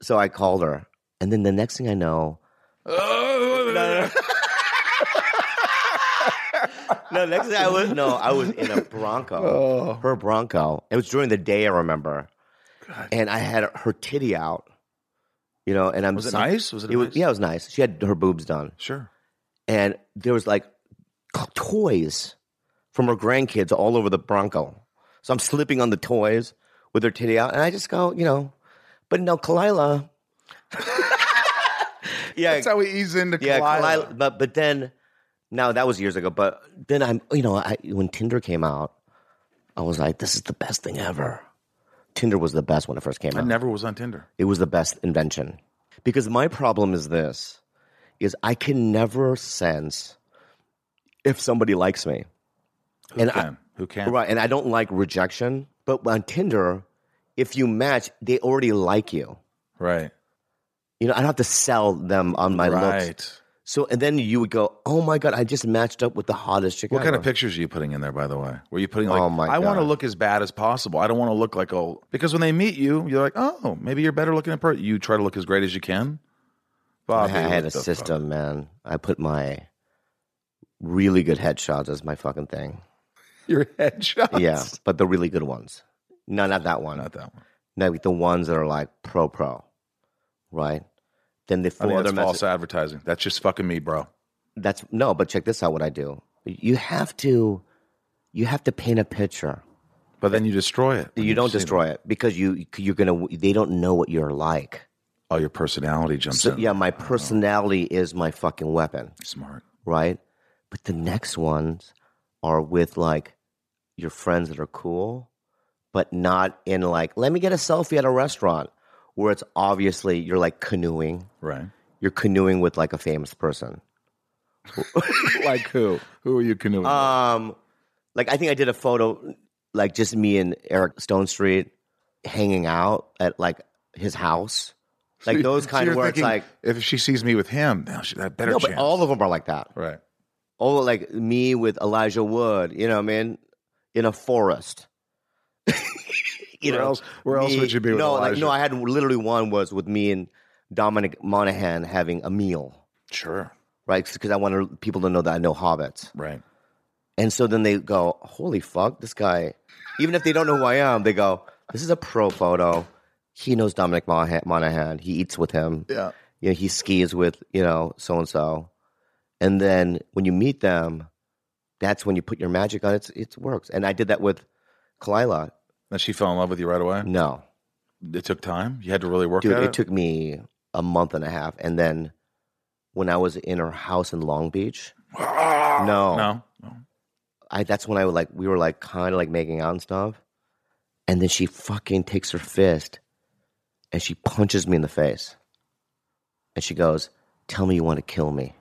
Speaker 2: So I called her. And then the next thing I know, no, next thing I was, no, I was in a Bronco,
Speaker 1: Oh.
Speaker 2: her Bronco. It was during the day, I remember. And I had her titty out, you know, and I'm
Speaker 1: Was it
Speaker 2: some-
Speaker 1: nice? Was it,
Speaker 2: It was
Speaker 1: nice?
Speaker 2: yeah, it was nice. She had her boobs done,
Speaker 1: Sure.
Speaker 2: and there was like c- toys from her grandkids all over the Bronco. So I'm slipping on the toys with her titty out, and I just go, you know, but no, Kalila. yeah,
Speaker 1: That's how we ease into
Speaker 2: yeah,
Speaker 1: Kalila.
Speaker 2: Kalila. But but then, now that was years ago. But then I'm, you know, I, when Tinder came out, I was like, this is the best thing ever. Tinder was the best when it first came
Speaker 1: I
Speaker 2: out.
Speaker 1: never was on Tinder.
Speaker 2: it was the best invention because my problem is this is i can never sense if somebody likes me
Speaker 1: Who
Speaker 2: And I-
Speaker 1: can? Who can?
Speaker 2: right and i don't like rejection but on tinder if you match they already like you
Speaker 1: Right.
Speaker 2: you know i don't have to sell them on my looks
Speaker 1: right.
Speaker 2: so and then you would go oh my god i just matched up with the hottest chick
Speaker 1: What kind
Speaker 2: ever."
Speaker 1: of pictures are you putting in there, by the way? Were you putting like,
Speaker 2: Oh, my
Speaker 1: I want to
Speaker 2: God.
Speaker 1: look as bad as possible. I don't want to look like oh, because when they meet you, you're like, oh, maybe you're better looking in person. You try to look as great as you can.
Speaker 2: I
Speaker 1: Bobby,
Speaker 2: had
Speaker 1: what
Speaker 2: a
Speaker 1: the fuck?
Speaker 2: system, man. I put my really good headshots as my fucking thing.
Speaker 1: Your headshot.
Speaker 2: Yeah, but the really good ones. No, not that one.
Speaker 1: Not that one.
Speaker 2: No, like the ones that are like pro pro, right? Then the
Speaker 1: I
Speaker 2: four
Speaker 1: think
Speaker 2: other
Speaker 1: that's false
Speaker 2: methods.
Speaker 1: advertising. That's just fucking me, bro.
Speaker 2: That's no, but check this out. What I do, you have to, you have to paint a picture.
Speaker 1: But then you destroy it.
Speaker 2: You don't destroy it because you you're gonna. They don't know what you're like.
Speaker 1: Oh, your personality jumps
Speaker 2: So
Speaker 1: in.
Speaker 2: yeah, my personality is my fucking weapon,
Speaker 1: Smart.
Speaker 2: right? But the next ones are with like your friends that are cool, but not in like. Let me get a selfie at a restaurant where it's obviously you're like canoeing.
Speaker 1: Right.
Speaker 2: You're canoeing with like a famous person.
Speaker 1: like who? Who are you canoeing? with?
Speaker 2: Um, like I think I did a photo, like just me and Eric Stone Street hanging out at like his house, like
Speaker 1: So-
Speaker 2: those
Speaker 1: so
Speaker 2: kind
Speaker 1: you're
Speaker 2: of where
Speaker 1: thinking,
Speaker 2: it's like
Speaker 1: if she sees me with him, now she that better
Speaker 2: no,
Speaker 1: chance.
Speaker 2: but all of them are like that.
Speaker 1: right.
Speaker 2: All like me with Elijah Wood, you know, what I mean, in a forest. you
Speaker 1: where
Speaker 2: know,
Speaker 1: else? Where else
Speaker 2: me-
Speaker 1: would you be? With
Speaker 2: no,
Speaker 1: Elijah?
Speaker 2: like no, I had literally one was with me and Dominic Monaghan having a meal,
Speaker 1: sure.
Speaker 2: right? Because I wanted people to know that I know hobbits.
Speaker 1: Right.
Speaker 2: And so then they go, holy fuck, this guy, even if they don't know who I am, they go, this is a pro photo. He knows Dominic Monahan. Monaghan. He eats with him.
Speaker 1: Yeah.
Speaker 2: You know, he skis with, you know, so and so. And then when you meet them, that's when you put your magic on it. It works. And I did that with Kalila.
Speaker 1: Then she fell in love with you right away.
Speaker 2: No,
Speaker 1: It took time. You had to really work
Speaker 2: Mm. dude,
Speaker 1: at
Speaker 2: it took me a month and a half. And then when I was in her house in Long Beach, no,
Speaker 1: No. Ah! No.
Speaker 2: I that's when I would like we were like kind of like making out and stuff, and then she fucking takes her fist, and she punches me in the face, and she goes, "Tell me you want to kill me,"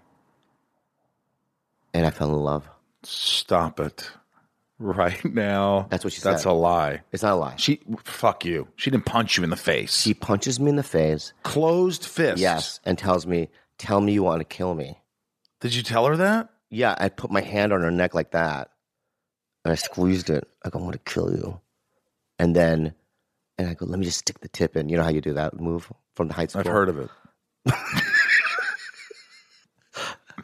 Speaker 2: and I fell in love.
Speaker 1: Stop it. Right now.
Speaker 2: That's what she
Speaker 1: That's
Speaker 2: said.
Speaker 1: a lie.
Speaker 2: It's not a lie.
Speaker 1: She fuck you. She didn't punch you in the face.
Speaker 2: She punches me in the face,
Speaker 1: closed fist.
Speaker 2: yes, and tells me, "Tell me you want to kill me."
Speaker 1: Did you tell her that?
Speaker 2: Yeah, I put my hand on her neck like that, and I squeezed it. I go, "I want to kill you," and then, and I go, "Let me just stick the tip in." You know how you do that move from the high school.
Speaker 1: I've heard of it.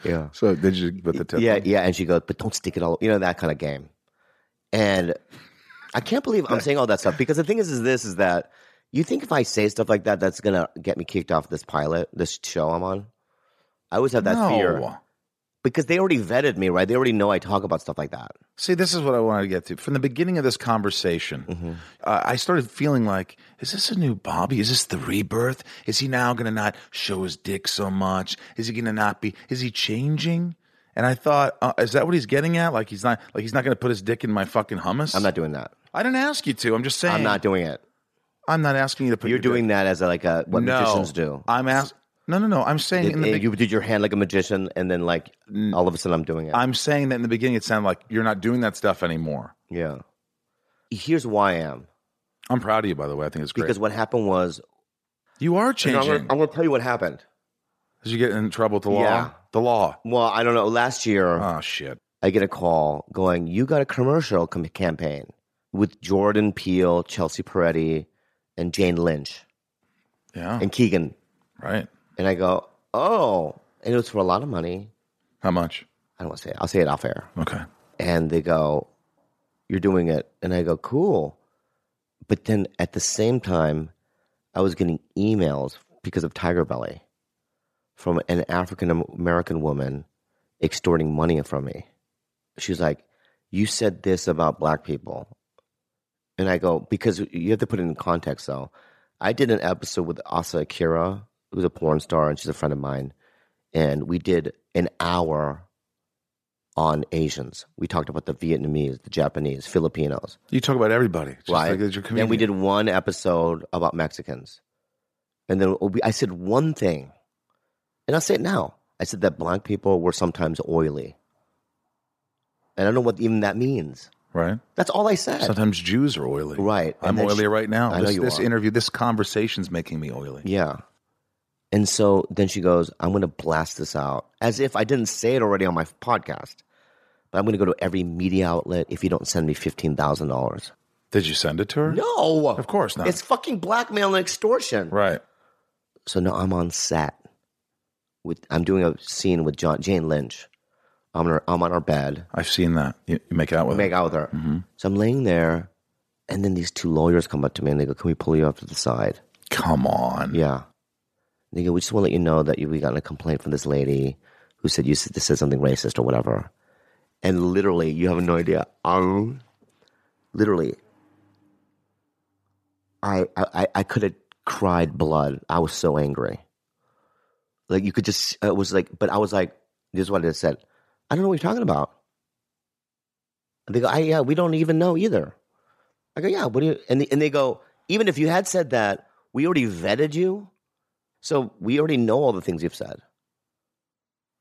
Speaker 2: Yeah.
Speaker 1: So did you put the tip?
Speaker 2: yeah,
Speaker 1: in?
Speaker 2: yeah. And she goes, but don't stick it all, you know, that kind of game. And I can't believe I'm saying all that stuff because the thing is, is this is that you think if I say stuff like that, that's gonna get me kicked off this pilot, this show I'm on. I always have that
Speaker 1: no.
Speaker 2: fear because they already vetted me, right? They already know I talk about stuff like that.
Speaker 1: See, this is what I wanted to get to. From the beginning of this conversation,
Speaker 2: Mm-hmm.
Speaker 1: uh, I started feeling like, is this a new Bobby? Is this the rebirth? Is he now going to not show his dick so much? Is he going to not be? Is he changing? And I thought, uh, is that what he's getting at? Like he's not, like he's not going to put his dick in my fucking hummus.
Speaker 2: I'm not doing that.
Speaker 1: I didn't ask you to. I'm just saying.
Speaker 2: I'm not doing it.
Speaker 1: I'm not asking you to put.
Speaker 2: You're
Speaker 1: your dick-
Speaker 2: doing that as a, like a what
Speaker 1: no.
Speaker 2: magicians do.
Speaker 1: I'm asking. No, no, no. I'm saying
Speaker 2: Did-
Speaker 1: in the
Speaker 2: eh,
Speaker 1: big-
Speaker 2: you did your hand like a magician, and then like all of a sudden I'm doing it.
Speaker 1: I'm saying that in the beginning, it sounded like you're not doing that stuff anymore.
Speaker 2: yeah. Here's why I am
Speaker 1: I'm proud of you, by the way. I think it's great.
Speaker 2: because what happened was
Speaker 1: you are
Speaker 2: No, I'm
Speaker 1: changing.
Speaker 2: gonna- I'm going to tell you what happened.
Speaker 1: Did you get in trouble with the law?
Speaker 2: Yeah.
Speaker 1: The law.
Speaker 2: Well, I don't know. Last year,
Speaker 1: Oh shit.
Speaker 2: I get a call going, You got a commercial com- campaign with Jordan Peele, Chelsea Peretti, and Jane Lynch
Speaker 1: Yeah.
Speaker 2: and Keegan.
Speaker 1: Right.
Speaker 2: And I go, Oh, and it was for a lot of money.
Speaker 1: How much?
Speaker 2: I don't want to say it. I'll say it off air.
Speaker 1: Okay.
Speaker 2: And they go, You're doing it. And I go, Cool. But then at the same time, I was getting emails because of Tiger Belly from an African American woman extorting money from me. She was like, You said this about black people. And I go, Because you have to put it in context though. I did an episode with Asa Akira, who's a porn star and she's a friend of mine. And we did an hour on Asians. We talked about the Vietnamese, the Japanese, Filipinos
Speaker 1: You talk about everybody. Just
Speaker 2: right?
Speaker 1: Like that you're a
Speaker 2: then we
Speaker 1: comedian.
Speaker 2: did one episode about Mexicans, and then we- I said one thing, and I'll say it now. I said that black people were sometimes oily, and I don't know what even that means.
Speaker 1: Right.
Speaker 2: That's all I said.
Speaker 1: Sometimes Jews are oily.
Speaker 2: Right.
Speaker 1: I'm
Speaker 2: And then
Speaker 1: oily
Speaker 2: she-
Speaker 1: right now.
Speaker 2: I know
Speaker 1: this
Speaker 2: you
Speaker 1: this
Speaker 2: are.
Speaker 1: interview, this conversation's making me oily.
Speaker 2: Yeah. And so then she goes, I'm going to blast this out as if I didn't say it already on my podcast. But I'm going to go to every media outlet if you don't send me $15,000.
Speaker 1: Did you send it to her?
Speaker 2: No.
Speaker 1: Of course not.
Speaker 2: It's fucking blackmail and extortion.
Speaker 1: Right.
Speaker 2: So now I'm on set with I'm doing a scene with John Jane Lynch. I'm on her, I'm on her bed.
Speaker 1: I've seen that. You, you make out with
Speaker 2: make out with her. So I'm laying there, and then these two lawyers come up to me and they go, "Can we pull you up to the side?"
Speaker 1: it. Come on.
Speaker 2: Yeah. They go, "We just want to let you know that you, we got a complaint from this lady who said you said, this said something racist or whatever." And literally, you have no idea. Um, literally, I I I- I could have cried blood. I was so angry. Like you could just, it was like, but I was like, this is what I said. I don't know what you're talking about. And they go, I, yeah, we don't even know either. I go, yeah, what do you? And, the, and they go, even if you had said that, we already vetted you. So we already know all the things you've said.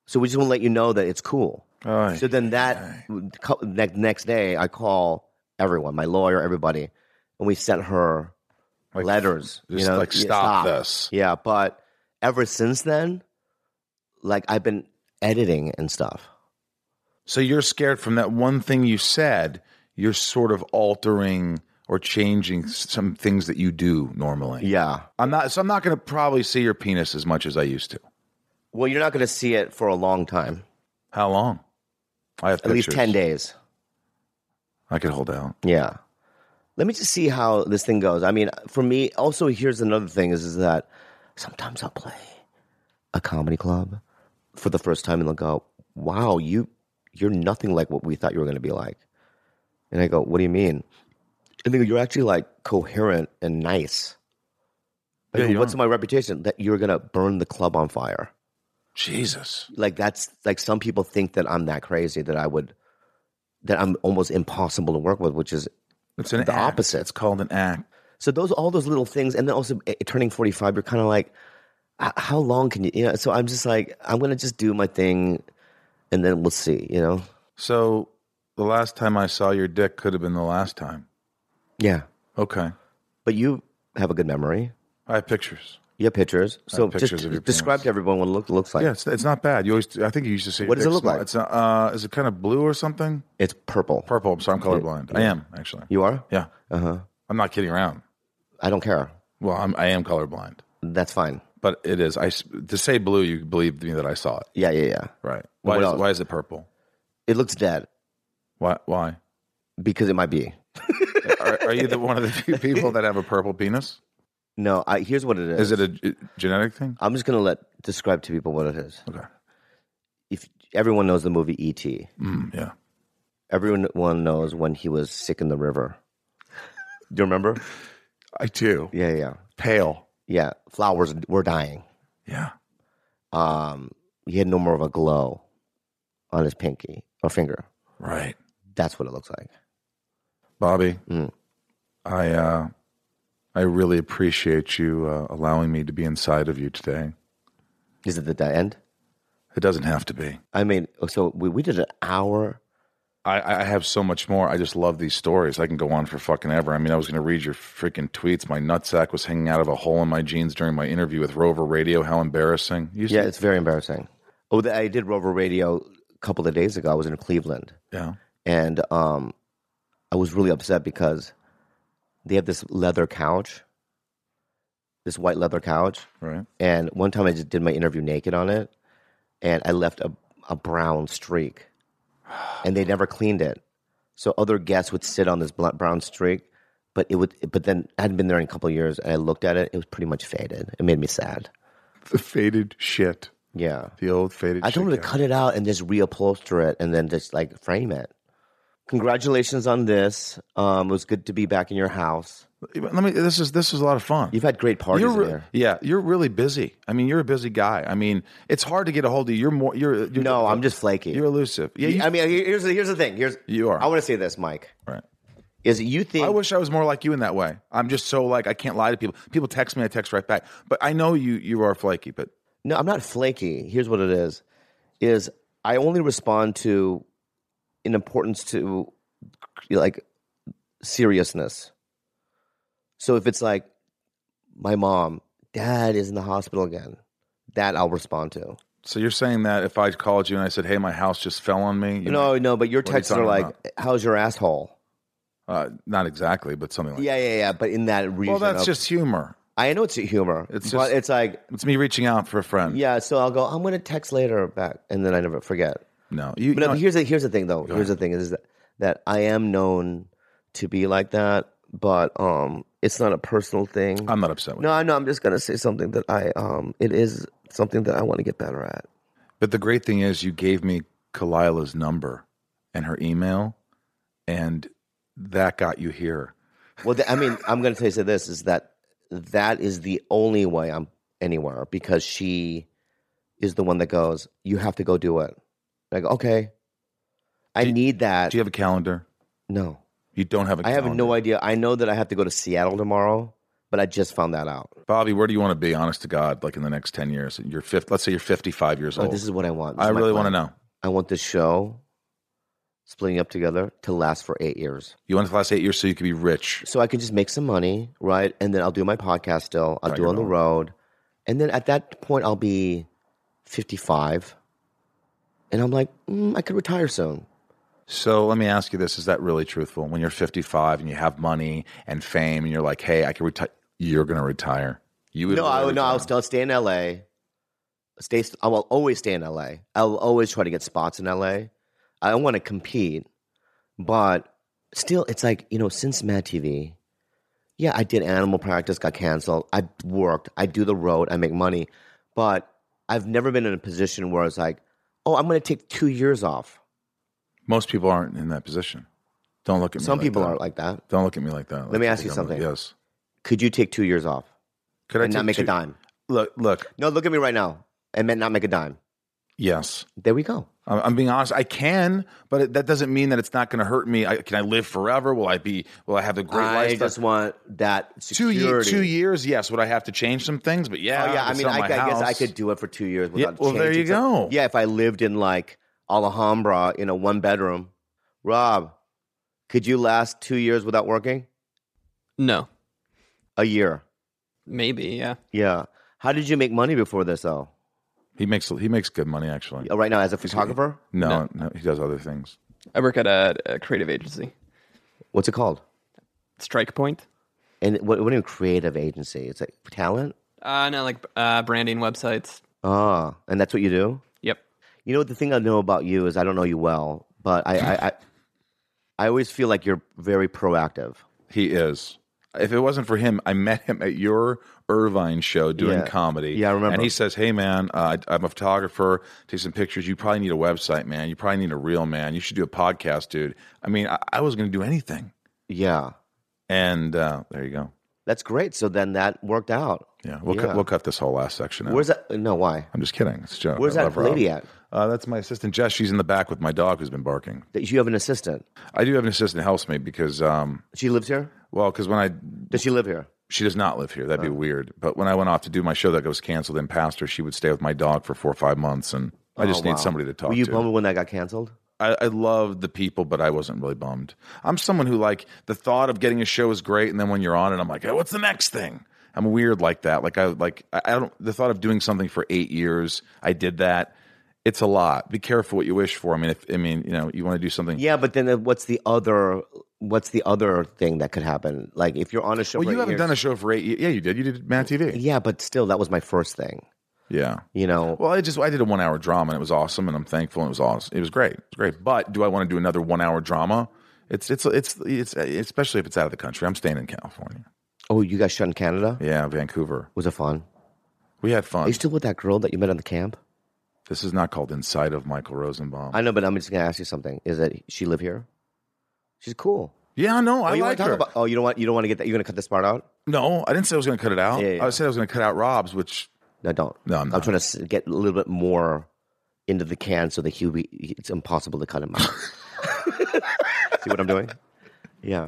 Speaker 2: So we just want to let you know that it's cool.
Speaker 1: Ay,
Speaker 2: So then
Speaker 1: ay.
Speaker 2: that co- ne- next day, I call everyone, my lawyer, everybody, and we sent her
Speaker 1: Like,
Speaker 2: letters.
Speaker 1: Just
Speaker 2: you know,
Speaker 1: like
Speaker 2: yeah,
Speaker 1: stop, this.
Speaker 2: Yeah, but ever since then, like I've been editing and stuff.
Speaker 1: So you're scared from that one thing you said. You're sort of altering or changing s- some things that you do normally.
Speaker 2: Yeah.
Speaker 1: I'm not. So I'm not going to probably see your penis as much as I used to.
Speaker 2: Well, you're not going to see it for a long time.
Speaker 1: How long? I have
Speaker 2: At least
Speaker 1: pictures.
Speaker 2: 10 days.
Speaker 1: I could hold out.
Speaker 2: Yeah. Let me just see how this thing goes. I mean, for me, also here's another thing is, is that sometimes I'll play a comedy club for the first time and they'll go, Wow, you you're nothing like what we thought you were gonna be like. And I go, What do you mean? And they go, You're actually like coherent and nice. I
Speaker 1: Yeah,
Speaker 2: go,
Speaker 1: you
Speaker 2: What's
Speaker 1: are.
Speaker 2: my reputation? That you're gonna burn the club on fire.
Speaker 1: Jesus.
Speaker 2: Like that's like some people think that I'm that crazy that I would that I'm almost impossible to work with, which is
Speaker 1: It's an
Speaker 2: The
Speaker 1: act.
Speaker 2: opposite.
Speaker 1: It's called an act.
Speaker 2: So those all those little things, and then also eh, turning forty five, you're kind of like, "H- how long can you? You know. So I'm just like, I'm gonna just do my thing, and then we'll see. You know.
Speaker 1: So the last time I saw your dick could have been the last time.
Speaker 2: Yeah.
Speaker 1: Okay.
Speaker 2: But you have a good memory.
Speaker 1: I have pictures.
Speaker 2: You have pictures. So
Speaker 1: have pictures
Speaker 2: just
Speaker 1: of your
Speaker 2: describe
Speaker 1: penis.
Speaker 2: to everyone what it look, looks like.
Speaker 1: Yeah, it's, it's not bad. You always, I think you used to say.
Speaker 2: What does it look like?
Speaker 1: It's not, uh, is it kind of blue or something?
Speaker 2: It's purple.
Speaker 1: Purple. I'm sorry, I'm colorblind. I am actually.
Speaker 2: You are.
Speaker 1: Yeah,
Speaker 2: Uh huh.
Speaker 1: I'm not kidding around.
Speaker 2: I don't care.
Speaker 1: Well, I'm, I am colorblind,
Speaker 2: That's fine.
Speaker 1: but it is. I s- to say blue, you believed me that I saw it,
Speaker 2: Yeah, yeah, yeah.
Speaker 1: right? Why?
Speaker 2: What
Speaker 1: Is,
Speaker 2: else?
Speaker 1: why is it purple?
Speaker 2: It looks dead
Speaker 1: Why? Why?
Speaker 2: because it might be.
Speaker 1: Are, are you the one of the few people that have a purple penis?
Speaker 2: No. I, here's what it is.
Speaker 1: Is it a g- genetic thing?
Speaker 2: I'm just gonna let describe to people what it is.
Speaker 1: Okay.
Speaker 2: If everyone knows the movie E.T.
Speaker 1: Mm, yeah.
Speaker 2: everyone knows when he was sick in the river. Do you remember?
Speaker 1: I do.
Speaker 2: Yeah, yeah,
Speaker 1: Pale.
Speaker 2: yeah. Flowers were dying.
Speaker 1: Yeah.
Speaker 2: Um, he had no more of a glow on his pinky or finger.
Speaker 1: Right.
Speaker 2: That's what it looks like.
Speaker 1: Bobby,
Speaker 2: Mm.
Speaker 1: I uh, I really appreciate you uh, allowing me to be inside of you today.
Speaker 2: Is it the dead end?
Speaker 1: It doesn't have to be.
Speaker 2: I mean, so we, we did an hour.
Speaker 1: I, I have so much more. I just love these stories. I can go on for fucking ever. I mean, I was going to read your freaking tweets. My nutsack was hanging out of a hole in my jeans during my interview with Rover Radio. How embarrassing! You used
Speaker 2: Yeah,
Speaker 1: to-
Speaker 2: it's very embarrassing. Oh, the, I did Rover Radio a couple of days ago. I was in Cleveland.
Speaker 1: yeah.
Speaker 2: and um, I was really upset because they have this leather couch, this white leather couch,
Speaker 1: Right.
Speaker 2: and one time I just did my interview naked on it, and I left a a brown streak, and they never cleaned it, so other guests would sit on this bl- brown streak, but it would, but then I hadn't been there in a couple of years, and I looked at it, it was pretty much faded. It made me sad.
Speaker 1: The faded shit.
Speaker 2: Yeah.
Speaker 1: The old faded.
Speaker 2: I told him to cut it out and just reupholster it and then just like frame it. Congratulations on this. Um, it was good to be back in your house.
Speaker 1: Let me. This is this was a lot of fun.
Speaker 2: You've had great parties
Speaker 1: You're
Speaker 2: in
Speaker 1: re-
Speaker 2: there.
Speaker 1: yeah, you're really busy. I mean, you're a busy guy. I mean, it's hard to get a hold of you. You're more. You're, you're
Speaker 2: No, I'm just flaky.
Speaker 1: You're elusive. Yeah, you,
Speaker 2: I mean, here's the, here's the thing. Here's
Speaker 1: You are.
Speaker 2: I want to say this, Mike.
Speaker 1: right.
Speaker 2: Is you think
Speaker 1: I wish I was more like you in that way. I'm just so like I can't lie to people. People text me, I text right back. But I know you you are flaky, but
Speaker 2: No, I'm not flaky. Here's what it is: is I only respond to in importance to like seriousness. So if it's like my mom, dad is in the hospital again, that I'll respond to.
Speaker 1: so you're saying that if I called you and I said, "Hey, my house just fell on me," you
Speaker 2: no, no, but your
Speaker 1: are you
Speaker 2: texts are,
Speaker 1: talking
Speaker 2: like,
Speaker 1: about?
Speaker 2: "How's your asshole?"
Speaker 1: uh, not exactly, but something like
Speaker 2: Yeah, yeah, yeah. But in that region,
Speaker 1: Well, that's
Speaker 2: of-
Speaker 1: just humor.
Speaker 2: I know it's a humor.
Speaker 1: It's
Speaker 2: but
Speaker 1: just-
Speaker 2: it's like
Speaker 1: It's me reaching out for a friend.
Speaker 2: yeah. So I'll go. I'm gonna text later back, and then I never forget.
Speaker 1: No, you. you
Speaker 2: But no,
Speaker 1: know-
Speaker 2: but here's the here's the thing though. here's the thing is that, that I am known to be like that, but um, it's not a personal thing.
Speaker 1: I'm not upset with.
Speaker 2: no, I know. I'm just gonna say something that I um, it is something that I want to get better at.
Speaker 1: But the great thing is, you gave me Kalila's number and her email, and that got you here.
Speaker 2: Well, th- I mean, I'm going to tell you this is that that is the only way I'm anywhere because she is the one that goes, "You have to go do it." And I go, "Okay." I
Speaker 1: Do-
Speaker 2: need that.
Speaker 1: Do you have a calendar?
Speaker 2: no,
Speaker 1: You don't have a
Speaker 2: I have
Speaker 1: calendar.
Speaker 2: no idea. I know that I have to go to Seattle tomorrow, but I just found that out.
Speaker 1: Bobby, where do you want to be, honest to God, like in the next 10 years? You're fifth, let's say you're 55 years
Speaker 2: Oh,
Speaker 1: old.
Speaker 2: this is what I want. This
Speaker 1: I
Speaker 2: is my
Speaker 1: really want to
Speaker 2: plan.
Speaker 1: know.
Speaker 2: I want this show splitting up together to last for eight years,
Speaker 1: You want to last eight years so you could be rich.
Speaker 2: so I can just make some money, right? And then I'll do my podcast still. I'll
Speaker 1: Right,
Speaker 2: do
Speaker 1: you're
Speaker 2: on the
Speaker 1: not.
Speaker 2: road, and then at that point I'll be 55 and i'm like mm, i could retire soon
Speaker 1: So let me ask you this is that really truthful? When you're 55 and you have money and fame and you're like, hey, I can retire, you're going to retire. You would
Speaker 2: no i
Speaker 1: really
Speaker 2: would no i'll
Speaker 1: retire.
Speaker 2: still stay in la stay i will always stay in la i'll always try to get spots in la i want to compete but still it's like you know since mad tv yeah i did animal practice got canceled i worked i do the road i make money but i've never been in a position where it's like oh i'm going to take two years off
Speaker 1: Most people aren't in that position. Don't look at me.
Speaker 2: some
Speaker 1: like
Speaker 2: people
Speaker 1: that.
Speaker 2: aren't like that
Speaker 1: Don't look at me like that. Like,
Speaker 2: me
Speaker 1: you
Speaker 2: ask
Speaker 1: think I'm-
Speaker 2: you something.
Speaker 1: Yes.
Speaker 2: could you take two years off
Speaker 1: Could
Speaker 2: and
Speaker 1: take
Speaker 2: not make
Speaker 1: two-
Speaker 2: a dime
Speaker 1: Look, look.
Speaker 2: No, look at me right now. And meant not make a dime.
Speaker 1: Yes.
Speaker 2: There we go.
Speaker 1: I'm I'm being honest. I can, but it, that doesn't mean that it's not going to hurt me. I, can I live forever? Will I be? Will I have a great
Speaker 2: I
Speaker 1: lifestyle?
Speaker 2: just want that
Speaker 1: two
Speaker 2: security.
Speaker 1: years. Two years. Yes. Would I have to change some things? But yeah.
Speaker 2: Oh, yeah, I
Speaker 1: it's
Speaker 2: mean,
Speaker 1: not
Speaker 2: I,
Speaker 1: my
Speaker 2: I guess I
Speaker 1: house.
Speaker 2: could do it for two years
Speaker 1: Yeah,
Speaker 2: without.
Speaker 1: well, there
Speaker 2: changing
Speaker 1: you
Speaker 2: some-
Speaker 1: go.
Speaker 2: Yeah, if I lived in like Alhambra in a one bedroom, Rob, could you last two years without working?
Speaker 3: No,
Speaker 2: A year.
Speaker 3: maybe. Yeah.
Speaker 2: Yeah. How did you make money before this though? Oh,
Speaker 1: He makes he makes good money actually.
Speaker 2: Right now, as a photographer,
Speaker 1: No, no, he does other things.
Speaker 3: I work at a, a creative agency,
Speaker 2: what's it called?
Speaker 3: Strike Point.
Speaker 2: And what, what do you creative agency? It's like talent.
Speaker 3: Uh, no, like uh, branding websites.
Speaker 2: Ah, and that's what you do.
Speaker 3: Yep.
Speaker 2: You know the thing I know about you is I don't know you well, but I I, I, I always feel like you're very proactive.
Speaker 1: He is. If it wasn't for him, I met him at your Irvine show doing
Speaker 2: Yeah.
Speaker 1: comedy.
Speaker 2: Yeah, I remember.
Speaker 1: And he says, "Hey, man, uh, I- I'm a photographer. Take some pictures. You probably need a website, man. You probably need a reel, man. You should do a podcast, dude. I mean, I, I was going to do anything,
Speaker 2: Yeah,
Speaker 1: and uh, there you go.
Speaker 2: that's great. So then that worked out.
Speaker 1: Yeah, we'll
Speaker 2: Yeah.
Speaker 1: Cut, we'll cut this whole last section out.
Speaker 2: Where's that? No, why?
Speaker 1: I'm just kidding. It's a joke.
Speaker 2: Where's
Speaker 1: I
Speaker 2: that
Speaker 1: love Rob.
Speaker 2: lady at?
Speaker 1: Uh, that's my assistant Jess. She's in the back with my dog who's been barking.
Speaker 2: That you have an assistant.
Speaker 1: I do have an assistant who helps me because, um,
Speaker 2: She lives here.
Speaker 1: well, because when I
Speaker 2: Does she live here?
Speaker 1: she does not live here, that'd be weird. But when I went off to do my show that was canceled in Pastor, she would stay with my dog for four or five months, and I just
Speaker 2: Oh,
Speaker 1: need
Speaker 2: wow.
Speaker 1: somebody to talk
Speaker 2: Were you
Speaker 1: to.
Speaker 2: bummed when that got canceled?
Speaker 1: I, I love the people, but I wasn't really bummed. I'm someone who like the thought of getting a show is great, and then when you're on it, I'm like, hey, what's the next thing? I'm weird like that. Like I like I I don't the thought of doing something for eight years. I did that. It's a lot. Be careful what you wish for. I mean, if I mean, you know, you want to do something.
Speaker 2: Yeah, but then uh, what's the other? What's the other thing that could happen? Like if you're on a show.
Speaker 1: Well,
Speaker 2: for
Speaker 1: you
Speaker 2: eight
Speaker 1: haven't
Speaker 2: years-
Speaker 1: done a show for eight. ye- Yeah, you did. You did Mad TV.
Speaker 2: Yeah, but still, that was my first thing.
Speaker 1: Yeah.
Speaker 2: You know.
Speaker 1: Well, I just I did a one hour drama and it was awesome and I'm thankful and it was awesome. It was great. It was great. But do I want to do another one hour drama? It's it's it's it's especially if it's out of the country. I'm staying in California.
Speaker 2: Oh, you guys shot in Canada.
Speaker 1: Yeah, Vancouver.
Speaker 2: Was it fun?
Speaker 1: We had
Speaker 2: Are
Speaker 1: fun.
Speaker 2: you still with that girl that you met on the camp?
Speaker 1: This is not called Inside of Michael Rosenbaum.
Speaker 2: I know, but I'm just gonna ask you something. Is that she live here? She's cool.
Speaker 1: yeah, no,
Speaker 2: oh,
Speaker 1: I
Speaker 2: you wanna
Speaker 1: like her.
Speaker 2: about? Oh, you don't want you don't want to get that. You're gonna cut this part out?
Speaker 1: no, I didn't say I was going to cut it out.
Speaker 2: Yeah, yeah.
Speaker 1: I said I was going to cut out Rob's, which
Speaker 2: No, don't.
Speaker 1: No, I'm not.
Speaker 2: trying to s- get a little bit more into the can so that he'll be. It's impossible to cut him out. See what I'm doing? Yeah,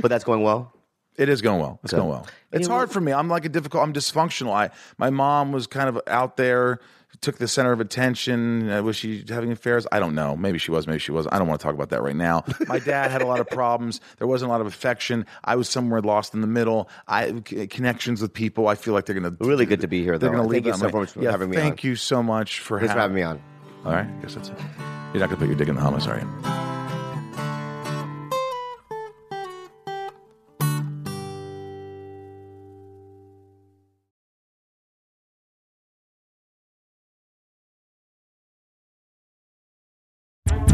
Speaker 2: but that's going well.
Speaker 1: It is going well. It's
Speaker 2: Okay.
Speaker 1: going well. It's
Speaker 2: Yeah,
Speaker 1: hard for me. I'm like a difficult. I'm dysfunctional. I my mom was kind of out there, took the center of attention. Uh, Was she having affairs? I don't know. Maybe she was. Maybe she wasn't. I don't want to talk about that right now. My dad had a lot of problems. There wasn't a lot of affection. I was somewhere lost in the middle. I c- connections with people. I feel like they're gonna
Speaker 2: Really good to be here. Though.
Speaker 1: They're gonna leave.
Speaker 2: Thank you
Speaker 1: that
Speaker 2: so
Speaker 1: money.
Speaker 2: much for
Speaker 1: yeah,
Speaker 2: having me.
Speaker 1: Thank
Speaker 2: on.
Speaker 1: you so much for,
Speaker 2: Thanks for having me on.
Speaker 1: All right. I guess that's it. You're not gonna put your dick in the hummus, are you?